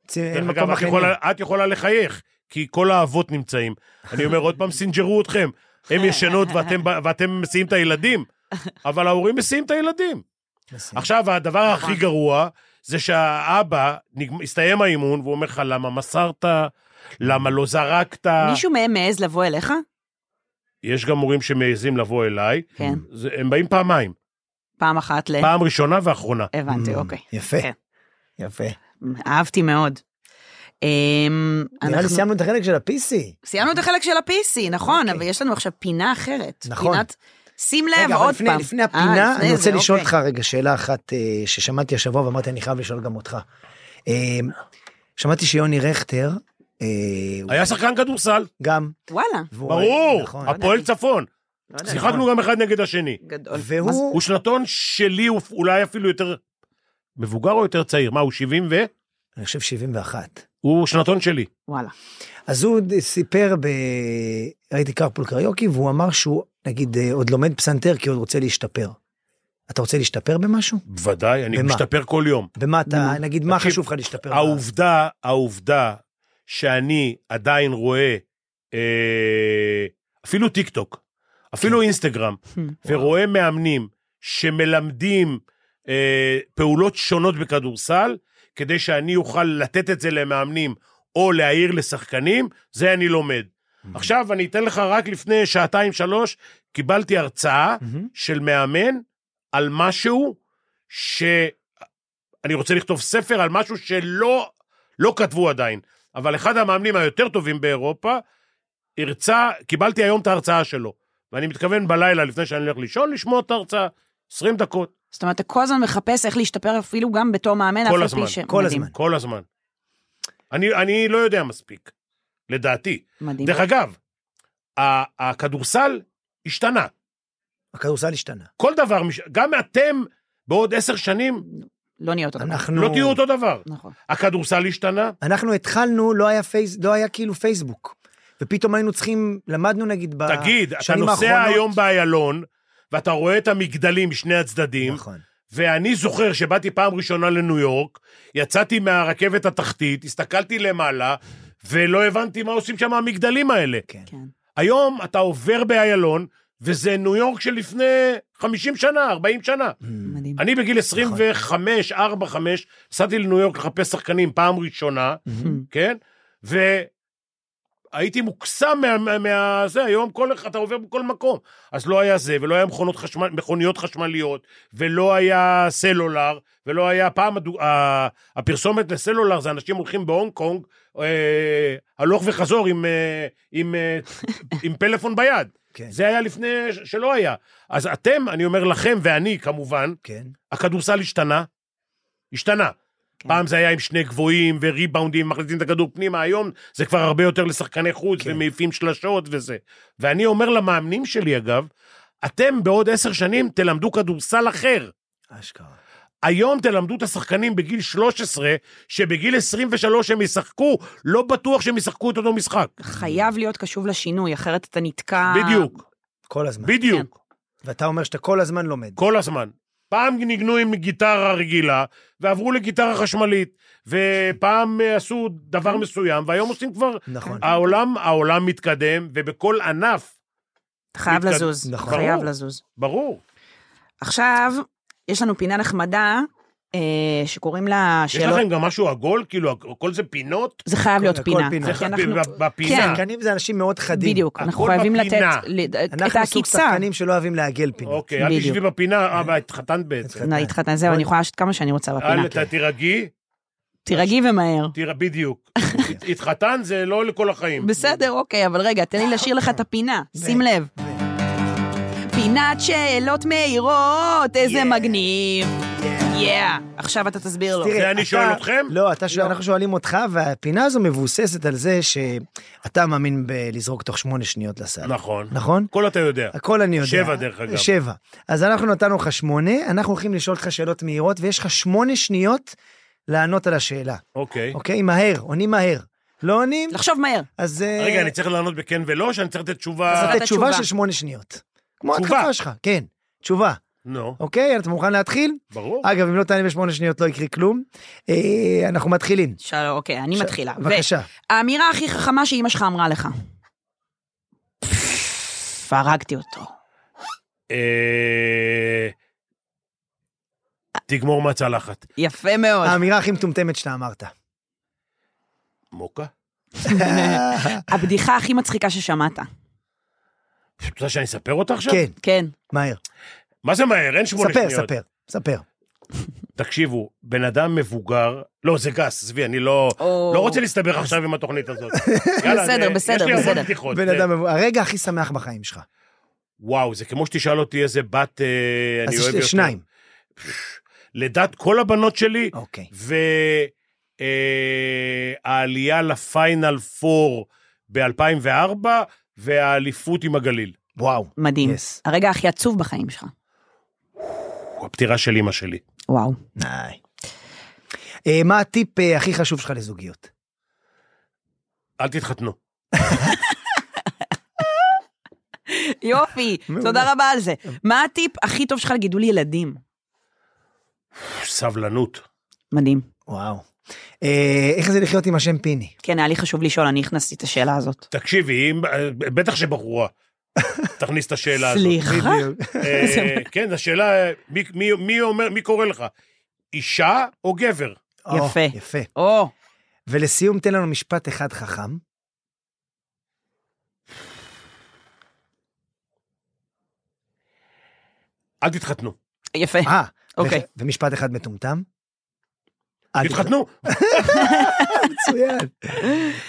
Speaker 2: צ- אין
Speaker 4: דרך
Speaker 2: מקום
Speaker 4: אגב, את
Speaker 2: בחניון.
Speaker 4: יכולה, את יכולה לחייך, כי כל האבות נמצאים. אני אומר, עוד פעם, סינג'רו אתכם. הם ישנות ואתם, ב- ואתם מסיעים את הילדים, אבל ההורים מסיעים את הילדים.
Speaker 2: נשים.
Speaker 4: עכשיו, הדבר הכי
Speaker 3: נכון.
Speaker 4: גרוע, זה שהאבא, נגמ- הסתיים האימון, והוא אומר לך, למה מסרת? למה לא זרקת?
Speaker 2: אה.
Speaker 3: מישהו מהם מעז לבוא אליך?
Speaker 4: יש גם הורים שמעזים לבוא אליי,
Speaker 3: כן.
Speaker 2: Hmm.
Speaker 4: זה- הם באים פעמיים,
Speaker 3: פעם אחת ל...
Speaker 4: פעם ראשונה ואחרונה.
Speaker 3: הבנתי,
Speaker 2: Mm,
Speaker 3: אוקיי.
Speaker 2: יפה.
Speaker 3: כן.
Speaker 2: יפה.
Speaker 3: אהבתי מאוד. אמ,
Speaker 2: נראה לי
Speaker 3: אנחנו-
Speaker 2: סיימנו את החלק של ה-PC.
Speaker 3: סיימנו את החלק של ה-PC, נכון,
Speaker 2: אוקיי.
Speaker 3: אבל יש לנו עכשיו פינה אחרת.
Speaker 2: נכון.
Speaker 3: פינת... שים לב,
Speaker 2: רגע, אבל
Speaker 3: עוד
Speaker 2: לפני-
Speaker 3: פעם.
Speaker 2: לפני
Speaker 3: אה,
Speaker 2: הפינה,
Speaker 3: לפני
Speaker 2: אני
Speaker 3: זה,
Speaker 2: רוצה לשאול
Speaker 3: אוקיי.
Speaker 2: אותך רגע שאלה אחת אה, ששמעתי השבוע ואמרתי, אני חייב לשאול גם אותך. אה, שמעתי שיוני רכטר, אה, הוא
Speaker 4: היה שחקן כדורסל,
Speaker 2: גם...
Speaker 3: וואלה.
Speaker 2: והוא-
Speaker 4: ברור,
Speaker 2: נכון.
Speaker 4: הפועל צפון.
Speaker 3: לא יודע,
Speaker 4: שיחקנו גם אחד נגד השני.
Speaker 3: גדול. מה זה-
Speaker 2: והוא,
Speaker 4: הוא שנתון שלי, הוא אולי אפילו יותר... מבוגר או יותר צעיר? מה, הוא 70 ו...
Speaker 2: אני חושב 71.
Speaker 4: הוא שנתון שלי.
Speaker 3: וואלה.
Speaker 2: אז הוא ד- סיפר, ב... ראיתי קרפול קריוקי, והוא אמר שהוא, נגיד, אה, עוד לומד פסנתר כי הוא עוד רוצה להשתפר. אתה רוצה להשתפר במשהו?
Speaker 4: בוודאי, אני
Speaker 2: במה?
Speaker 4: משתפר כל יום.
Speaker 2: במה אתה,
Speaker 3: במה?
Speaker 2: נגיד, מה
Speaker 4: תקשיב,
Speaker 2: חשוב לך להשתפר?
Speaker 4: העובדה, העובדה שאני עדיין רואה אה, אפילו טיק טוק, אפילו אינסטגרם, ורואה מאמנים שמלמדים אה, פעולות שונות בכדורסל, כדי שאני אוכל לתת את זה למאמנים או להעיר לשחקנים, זה אני לומד. עכשיו אני אתן לך רק לפני שעתיים-שלוש, קיבלתי הרצאה של מאמן על משהו ש... אני רוצה לכתוב ספר על משהו שלא לא כתבו עדיין. אבל אחד המאמנים היותר טובים באירופה, הרצה, קיבלתי היום את ההרצאה שלו. ואני מתכוון בלילה, לפני שאני הולך לישון, לשמוע את ההרצאה. 20 דקות,
Speaker 3: זאת אומרת, אתה כל הזמן מחפש איך להשתפר אפילו גם בתור מאמן,
Speaker 4: כל
Speaker 3: אף על
Speaker 4: הזמן,
Speaker 3: פי ש...
Speaker 2: כל
Speaker 3: מדהים,
Speaker 2: הזמן.
Speaker 4: כל הזמן. אני, אני לא יודע מספיק, לדעתי.
Speaker 3: מדהים.
Speaker 4: דרך אגב, ה- הכדורסל השתנה.
Speaker 2: הכדורסל השתנה.
Speaker 4: כל דבר, מש- גם אתם בעוד עשר שנים
Speaker 3: לא נהיה אותו דבר.
Speaker 2: אנחנו...
Speaker 4: לא תהיו אותו דבר.
Speaker 3: נכון.
Speaker 4: הכדורסל השתנה,
Speaker 2: אנחנו התחלנו, לא היה, פייס, לא היה כאילו פייסבוק. ופתאום היינו צריכים, למדנו נגיד בשנים אה, האחרונות...
Speaker 4: תגיד, אתה נוסע היום באיילון, ואתה רואה את המגדלים משני הצדדים,
Speaker 2: נכון.
Speaker 4: ואני זוכר שבאתי פעם ראשונה לניו יורק, יצאתי מהרכבת התחתית, הסתכלתי למעלה, ולא הבנתי מה עושים שם המגדלים האלה.
Speaker 2: כן.
Speaker 3: כן.
Speaker 4: היום אתה עובר באיילון, וזה ניו יורק של לפני 50 שנה, 40 שנה.
Speaker 3: מדהים.
Speaker 4: אני בגיל 25, 4, 5, נסעתי לניו יורק לחפש שחקנים פעם ראשונה, כן? והייתי מוקסם מה... מה- מה... זה, היום כל אחד, אתה עובר בכל מקום. אז לא היה זה, ולא היה מכונות חשמל, מכוניות חשמליות, ולא היה סלולר, ולא היה... פעם הדו- ה- הפרסומת לסלולר זה אנשים הולכים בהונג קונג, אה, הלוך וחזור עם, אה, עם, אה, עם פלאפון ביד.
Speaker 2: כן.
Speaker 4: זה היה לפני ש- שלא היה. אז אתם, אני אומר לכם, ואני כמובן,
Speaker 2: כן.
Speaker 4: הכדורסל השתנה. השתנה.
Speaker 3: כן.
Speaker 4: פעם זה היה עם שני גבוהים וריבאונדים, מחליטים את הכדור פנימה, היום זה כבר הרבה יותר לשחקני חוץ
Speaker 2: כן.
Speaker 4: ומעיפים שלשות וזה. ואני אומר למאמנים שלי, אגב, אתם בעוד עשר שנים תלמדו כדורסל אחר.
Speaker 2: אשכרה.
Speaker 4: היום תלמדו את השחקנים בגיל 13, שבגיל 23 הם ישחקו, לא בטוח שהם ישחקו את אותו משחק.
Speaker 3: חייב להיות קשוב לשינוי, אחרת אתה נתקע...
Speaker 4: בדיוק,
Speaker 2: כל הזמן.
Speaker 4: בדיוק.
Speaker 2: ואתה אומר שאתה כל הזמן לומד.
Speaker 4: כל הזמן. פעם ניגנו עם גיטרה רגילה, ועברו לגיטרה חשמלית, ופעם אה, עשו דבר מסוים, והיום עושים כבר...
Speaker 2: נכון.
Speaker 4: העולם, העולם מתקדם, ובכל ענף,
Speaker 3: אתה חייב
Speaker 4: מתקד-
Speaker 3: לזוז.
Speaker 2: נכון.
Speaker 3: חייב
Speaker 4: ברור.
Speaker 3: לזוז.
Speaker 4: ברור.
Speaker 3: עכשיו, יש לנו פינה נחמדה, אה, שקוראים לה
Speaker 4: יש
Speaker 3: שאלות...
Speaker 4: לכם גם משהו עגול? כאילו, כל זה פינות?
Speaker 3: זה חייב
Speaker 2: הכל-
Speaker 3: להיות
Speaker 2: הכל
Speaker 3: פינה.
Speaker 2: פינה.
Speaker 4: זה
Speaker 3: כי
Speaker 4: ח-
Speaker 3: כן, אנחנו-
Speaker 4: ב- בפינה.
Speaker 3: כן.
Speaker 2: שחקנים זה אנשים מאוד חדים.
Speaker 3: בדיוק, אנחנו
Speaker 4: הכל
Speaker 3: חייבים לתת...
Speaker 4: בפינה.
Speaker 3: ל- את
Speaker 2: אנחנו סוג
Speaker 3: העקיצה.
Speaker 2: שחקנים שלא אוהבים לעגל פינות.
Speaker 4: אוקיי, אל תשבי
Speaker 3: כן. בדיוק.
Speaker 4: בפינה, אבל התחתנת בעצם.
Speaker 3: נא, התחתן, זהו, אני יכולה לעשות כמה שאני רוצה בפינה. כן.
Speaker 4: אל ת- תירגעי,
Speaker 3: תירגעי ומהר.
Speaker 4: תירא- בדיוק. הת- התחתן זה לא לכל החיים.
Speaker 3: בסדר, אוקיי, אבל רגע, תן לי לשיר לך את הפינה, שים לב. פינת שאלות מהירות, איזה
Speaker 2: Yeah.
Speaker 3: מגניב. יאה. עכשיו אתה תסביר לו.
Speaker 2: תראה,
Speaker 4: לא, זה אני
Speaker 2: אתה-
Speaker 4: שואל אתכם?
Speaker 2: לא, אתה שואל- אנחנו שואלים אותך, והפינה הזו מבוססת על זה שאתה מאמין בלזרוק תוך שמונה שניות לסל.
Speaker 4: נכון.
Speaker 2: נכון?
Speaker 4: הכל אתה יודע.
Speaker 2: הכל אני יודע.
Speaker 4: שבע, דרך אגב.
Speaker 2: שבע. אז אנחנו נתנו לך שמונה, אנחנו הולכים לשאול אותך שאלות מהירות, ויש לך שמונה שניות לענות על השאלה.
Speaker 4: אוקיי.
Speaker 2: אוקיי? מהר, עונים מהר. לא עונים,
Speaker 3: לחשוב מהר.
Speaker 2: אז... אה,
Speaker 4: אוקיי. רגע, אני צריך לענות בכן ולא, או שאני צריך לתת
Speaker 2: אז
Speaker 4: תשובה...
Speaker 3: אתה-
Speaker 2: לתת תשובה
Speaker 3: תשובה.
Speaker 2: של שמונה שניות. כמו
Speaker 4: תשובה.
Speaker 2: התחפה שלך, כן, תשובה.
Speaker 4: נו,
Speaker 2: אוקיי, אתה מוכן להתחיל?
Speaker 4: ברור.
Speaker 2: אגב, אם לא תענה בשמונה שניות לא יקרה כלום. אה, אנחנו מתחילים.
Speaker 3: שלום, אוקיי, אני
Speaker 2: ש-
Speaker 3: מתחילה. ו-
Speaker 2: בבקשה.
Speaker 3: האמירה הכי חכמה שאימא שלך אמרה לך. פפפ, הרגתי אותו.
Speaker 4: אה, תגמור מהצלחת.
Speaker 3: יפה מאוד.
Speaker 2: האמירה הכי מטומטמת שאתה אמרת.
Speaker 4: מוקה?
Speaker 3: הבדיחה הכי מצחיקה ששמעת.
Speaker 4: את רוצה שאני אספר אותה עכשיו?
Speaker 2: כן,
Speaker 3: כן.
Speaker 2: מהר.
Speaker 4: מה זה מהר? אין שמונה
Speaker 2: ספר,
Speaker 4: שניות.
Speaker 2: ספר, ספר.
Speaker 4: תקשיבו, בן אדם מבוגר, לא, זה גס, עזבי, אני לא...
Speaker 3: או-
Speaker 4: לא רוצה להסתבך עכשיו עם התוכנית הזאת. יאללה,
Speaker 3: בסדר,
Speaker 4: זה-
Speaker 3: בסדר,
Speaker 4: יש לי
Speaker 3: בסדר.
Speaker 4: המון בדיחות.
Speaker 2: בן
Speaker 4: זה-
Speaker 2: אדם, הרגע הכי שמח בחיים שלך.
Speaker 4: וואו, זה כמו שתשאל אותי איזה בת אה,
Speaker 2: אז
Speaker 4: אני
Speaker 2: יש
Speaker 4: אוהב
Speaker 2: לי
Speaker 4: יותר.
Speaker 2: שניים.
Speaker 4: לדעת כל הבנות שלי,
Speaker 2: אוקיי.
Speaker 4: והעלייה לפיינל פור ב-2004, והאליפות עם הגליל.
Speaker 2: וואו.
Speaker 3: מדהים.
Speaker 2: Yes.
Speaker 3: הרגע הכי עצוב בחיים שלך.
Speaker 4: הפטירה של אימא שלי.
Speaker 3: וואו.
Speaker 2: ניי. אה, מה הטיפ אה, הכי חשוב שלך לזוגיות?
Speaker 4: אל תתחתנו.
Speaker 3: יופי,
Speaker 2: מעולה.
Speaker 3: תודה רבה על זה. מה הטיפ הכי טוב שלך לגידול ילדים?
Speaker 4: סבלנות.
Speaker 3: מדהים.
Speaker 2: וואו. אה, איך זה לחיות עם השם פיני?
Speaker 3: כן, היה לי חשוב לשאול, אני הכנסתי את השאלה הזאת.
Speaker 4: תקשיבי, אם, בטח שבחורה. תכניס את השאלה הזאת.
Speaker 3: סליחה?
Speaker 4: אה, כן, השאלה, מי, מי, מי אומר, מי קורא לך? אישה או גבר?
Speaker 2: או,
Speaker 3: יפה.
Speaker 2: יפה.
Speaker 3: או,
Speaker 2: ולסיום, תן לנו משפט אחד חכם.
Speaker 4: אל תתחתנו.
Speaker 3: יפה.
Speaker 2: אה,
Speaker 3: אוקיי.
Speaker 2: ו- ומשפט אחד מטומטם. אל
Speaker 4: תתחתנו.
Speaker 2: מצוין.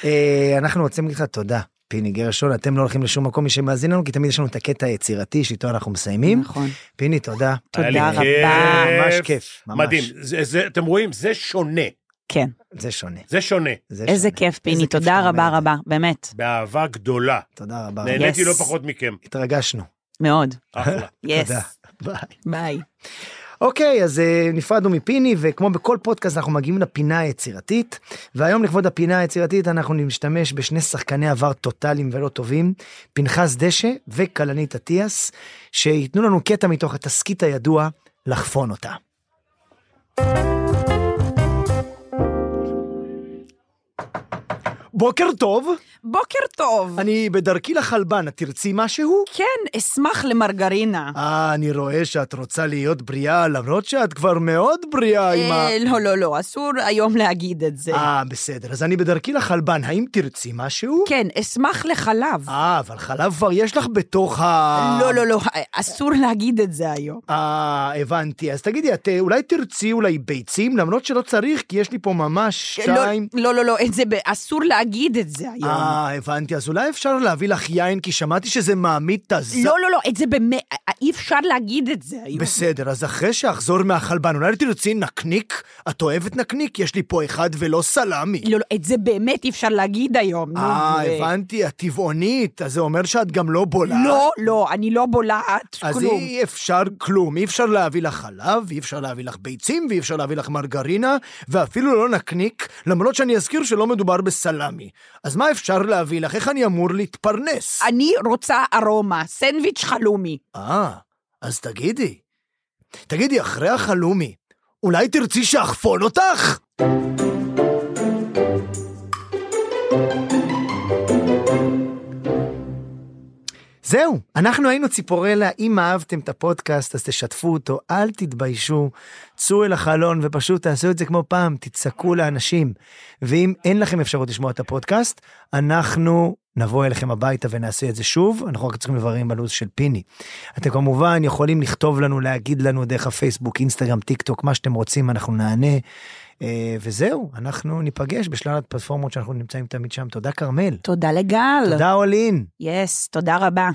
Speaker 2: אה, אנחנו רוצים להגיד לך תודה, פיני גרשון, אתם לא הולכים לשום מקום, מי שמאזין לנו, כי תמיד יש לנו את הקטע היצירתי שאיתו אנחנו מסיימים.
Speaker 3: נכון.
Speaker 2: פיני, תודה.
Speaker 4: היה לי
Speaker 3: תודה רבה.
Speaker 4: כיף.
Speaker 2: ממש כיף, ממש.
Speaker 4: מדהים. זה- זה- אתם רואים? זה שונה.
Speaker 3: כן.
Speaker 2: זה שונה.
Speaker 4: זה שונה.
Speaker 2: זה
Speaker 3: איזה
Speaker 2: שונה.
Speaker 3: כיף, פיני,
Speaker 2: איזה כיף
Speaker 3: תודה
Speaker 2: שאתה
Speaker 3: רבה
Speaker 2: אומר את
Speaker 3: רבה, באמת.
Speaker 4: באהבה גדולה.
Speaker 2: זה. תודה רבה. רבה.
Speaker 4: נהניתי
Speaker 3: Yes.
Speaker 4: לא פחות מכם.
Speaker 2: התרגשנו.
Speaker 3: מאוד.
Speaker 4: אחלה.
Speaker 3: יס.
Speaker 2: תודה. ביי.
Speaker 3: ביי.
Speaker 2: אוקיי, אז אה, נפרדנו מפיני, וכמו בכל פודקאסט אנחנו מגיעים לפינה היצירתית, והיום לכבוד הפינה היצירתית אנחנו נשתמש בשני שחקני עבר טוטאליים ולא טובים, פנחס דשא וכלנית אטיאס, שייתנו לנו קטע מתוך התסכית הידוע, לחפון אותה. בוקר טוב,
Speaker 3: בוקר טוב.
Speaker 2: אני בדרכי לחלבן, את תרצי משהו?
Speaker 3: כן, אשמח למרגרינה.
Speaker 2: אה, אני רואה שאת רוצה להיות בריאה, למרות שאת כבר מאוד בריאה עם ה...
Speaker 3: אה, לא, לא, לא, אסור היום להגיד את זה.
Speaker 2: אה, בסדר, אז אני בדרכי לחלבן, האם תרצי משהו?
Speaker 3: כן, אשמח לחלב.
Speaker 2: אה, אבל חלב כבר יש לך בתוך ה...
Speaker 3: לא, לא, לא, אסור להגיד את זה היום.
Speaker 2: אה, הבנתי. אז תגידי, את אה, אולי תרצי אולי ביצים, למרות שלא צריך, כי יש לי פה ממש
Speaker 3: לא,
Speaker 2: שתיים.
Speaker 3: לא, לא, לא, את זה, ב- אסור להגיד את זה היום.
Speaker 2: אה, הבנתי. אז אולי אפשר להביא לך יין, כי שמעתי שזה מעמיד את הז...
Speaker 3: לא, לא, לא, את זה באמת, אי אפשר להגיד את זה היום.
Speaker 2: בסדר, אז אחרי שאחזור מהחלבן, אולי תרצי נקניק? את אוהבת נקניק? יש לי פה אחד ולא סלמי.
Speaker 3: לא, לא, את זה באמת אי אפשר להגיד היום. נו,
Speaker 2: אה,
Speaker 3: זה-
Speaker 2: הבנתי, את טבעונית, אז זה אומר שאת גם לא בולעת.
Speaker 3: לא, לא, אני לא בולעת
Speaker 2: אז
Speaker 3: כלום.
Speaker 2: אי אפשר כלום, אי אפשר להביא לך חלב, אי אפשר להביא לך ביצים, ואי אפשר להביא לך מרגרינה, ואפילו לא נקניק, למרות שאני אזכיר שלא מדובר בסלמי. אז מה אפשר להביא לך? איך אני אמור להתפרנס?
Speaker 3: אני רוצה ארומה, סנדוויץ' חלומי.
Speaker 2: אה, אז תגידי. תגידי, אחרי החלומי, אולי תרצי שאחפון אותך? זהו, אנחנו היינו ציפורלה, אם אהבתם את הפודקאסט אז תשתפו אותו, אל תתביישו, צאו אל החלון ופשוט תעשו את זה כמו פעם, תצעקו לאנשים. ואם אין לכם אפשרות לשמוע את הפודקאסט, אנחנו נבוא אליכם הביתה ונעשה את זה שוב, אנחנו רק צריכים לברר עם הלו"ז של פיני. אתם כמובן יכולים לכתוב לנו, להגיד לנו דרך הפייסבוק, אינסטגרם, טיק טוק, מה שאתם רוצים, אנחנו נענה. אה, וזהו, אנחנו ניפגש בשלל הפלטפורמות שאנחנו נמצאים תמיד שם. תודה כרמל,
Speaker 3: תודה לגל.
Speaker 2: תודה אולין.
Speaker 3: יס, תודה רבה.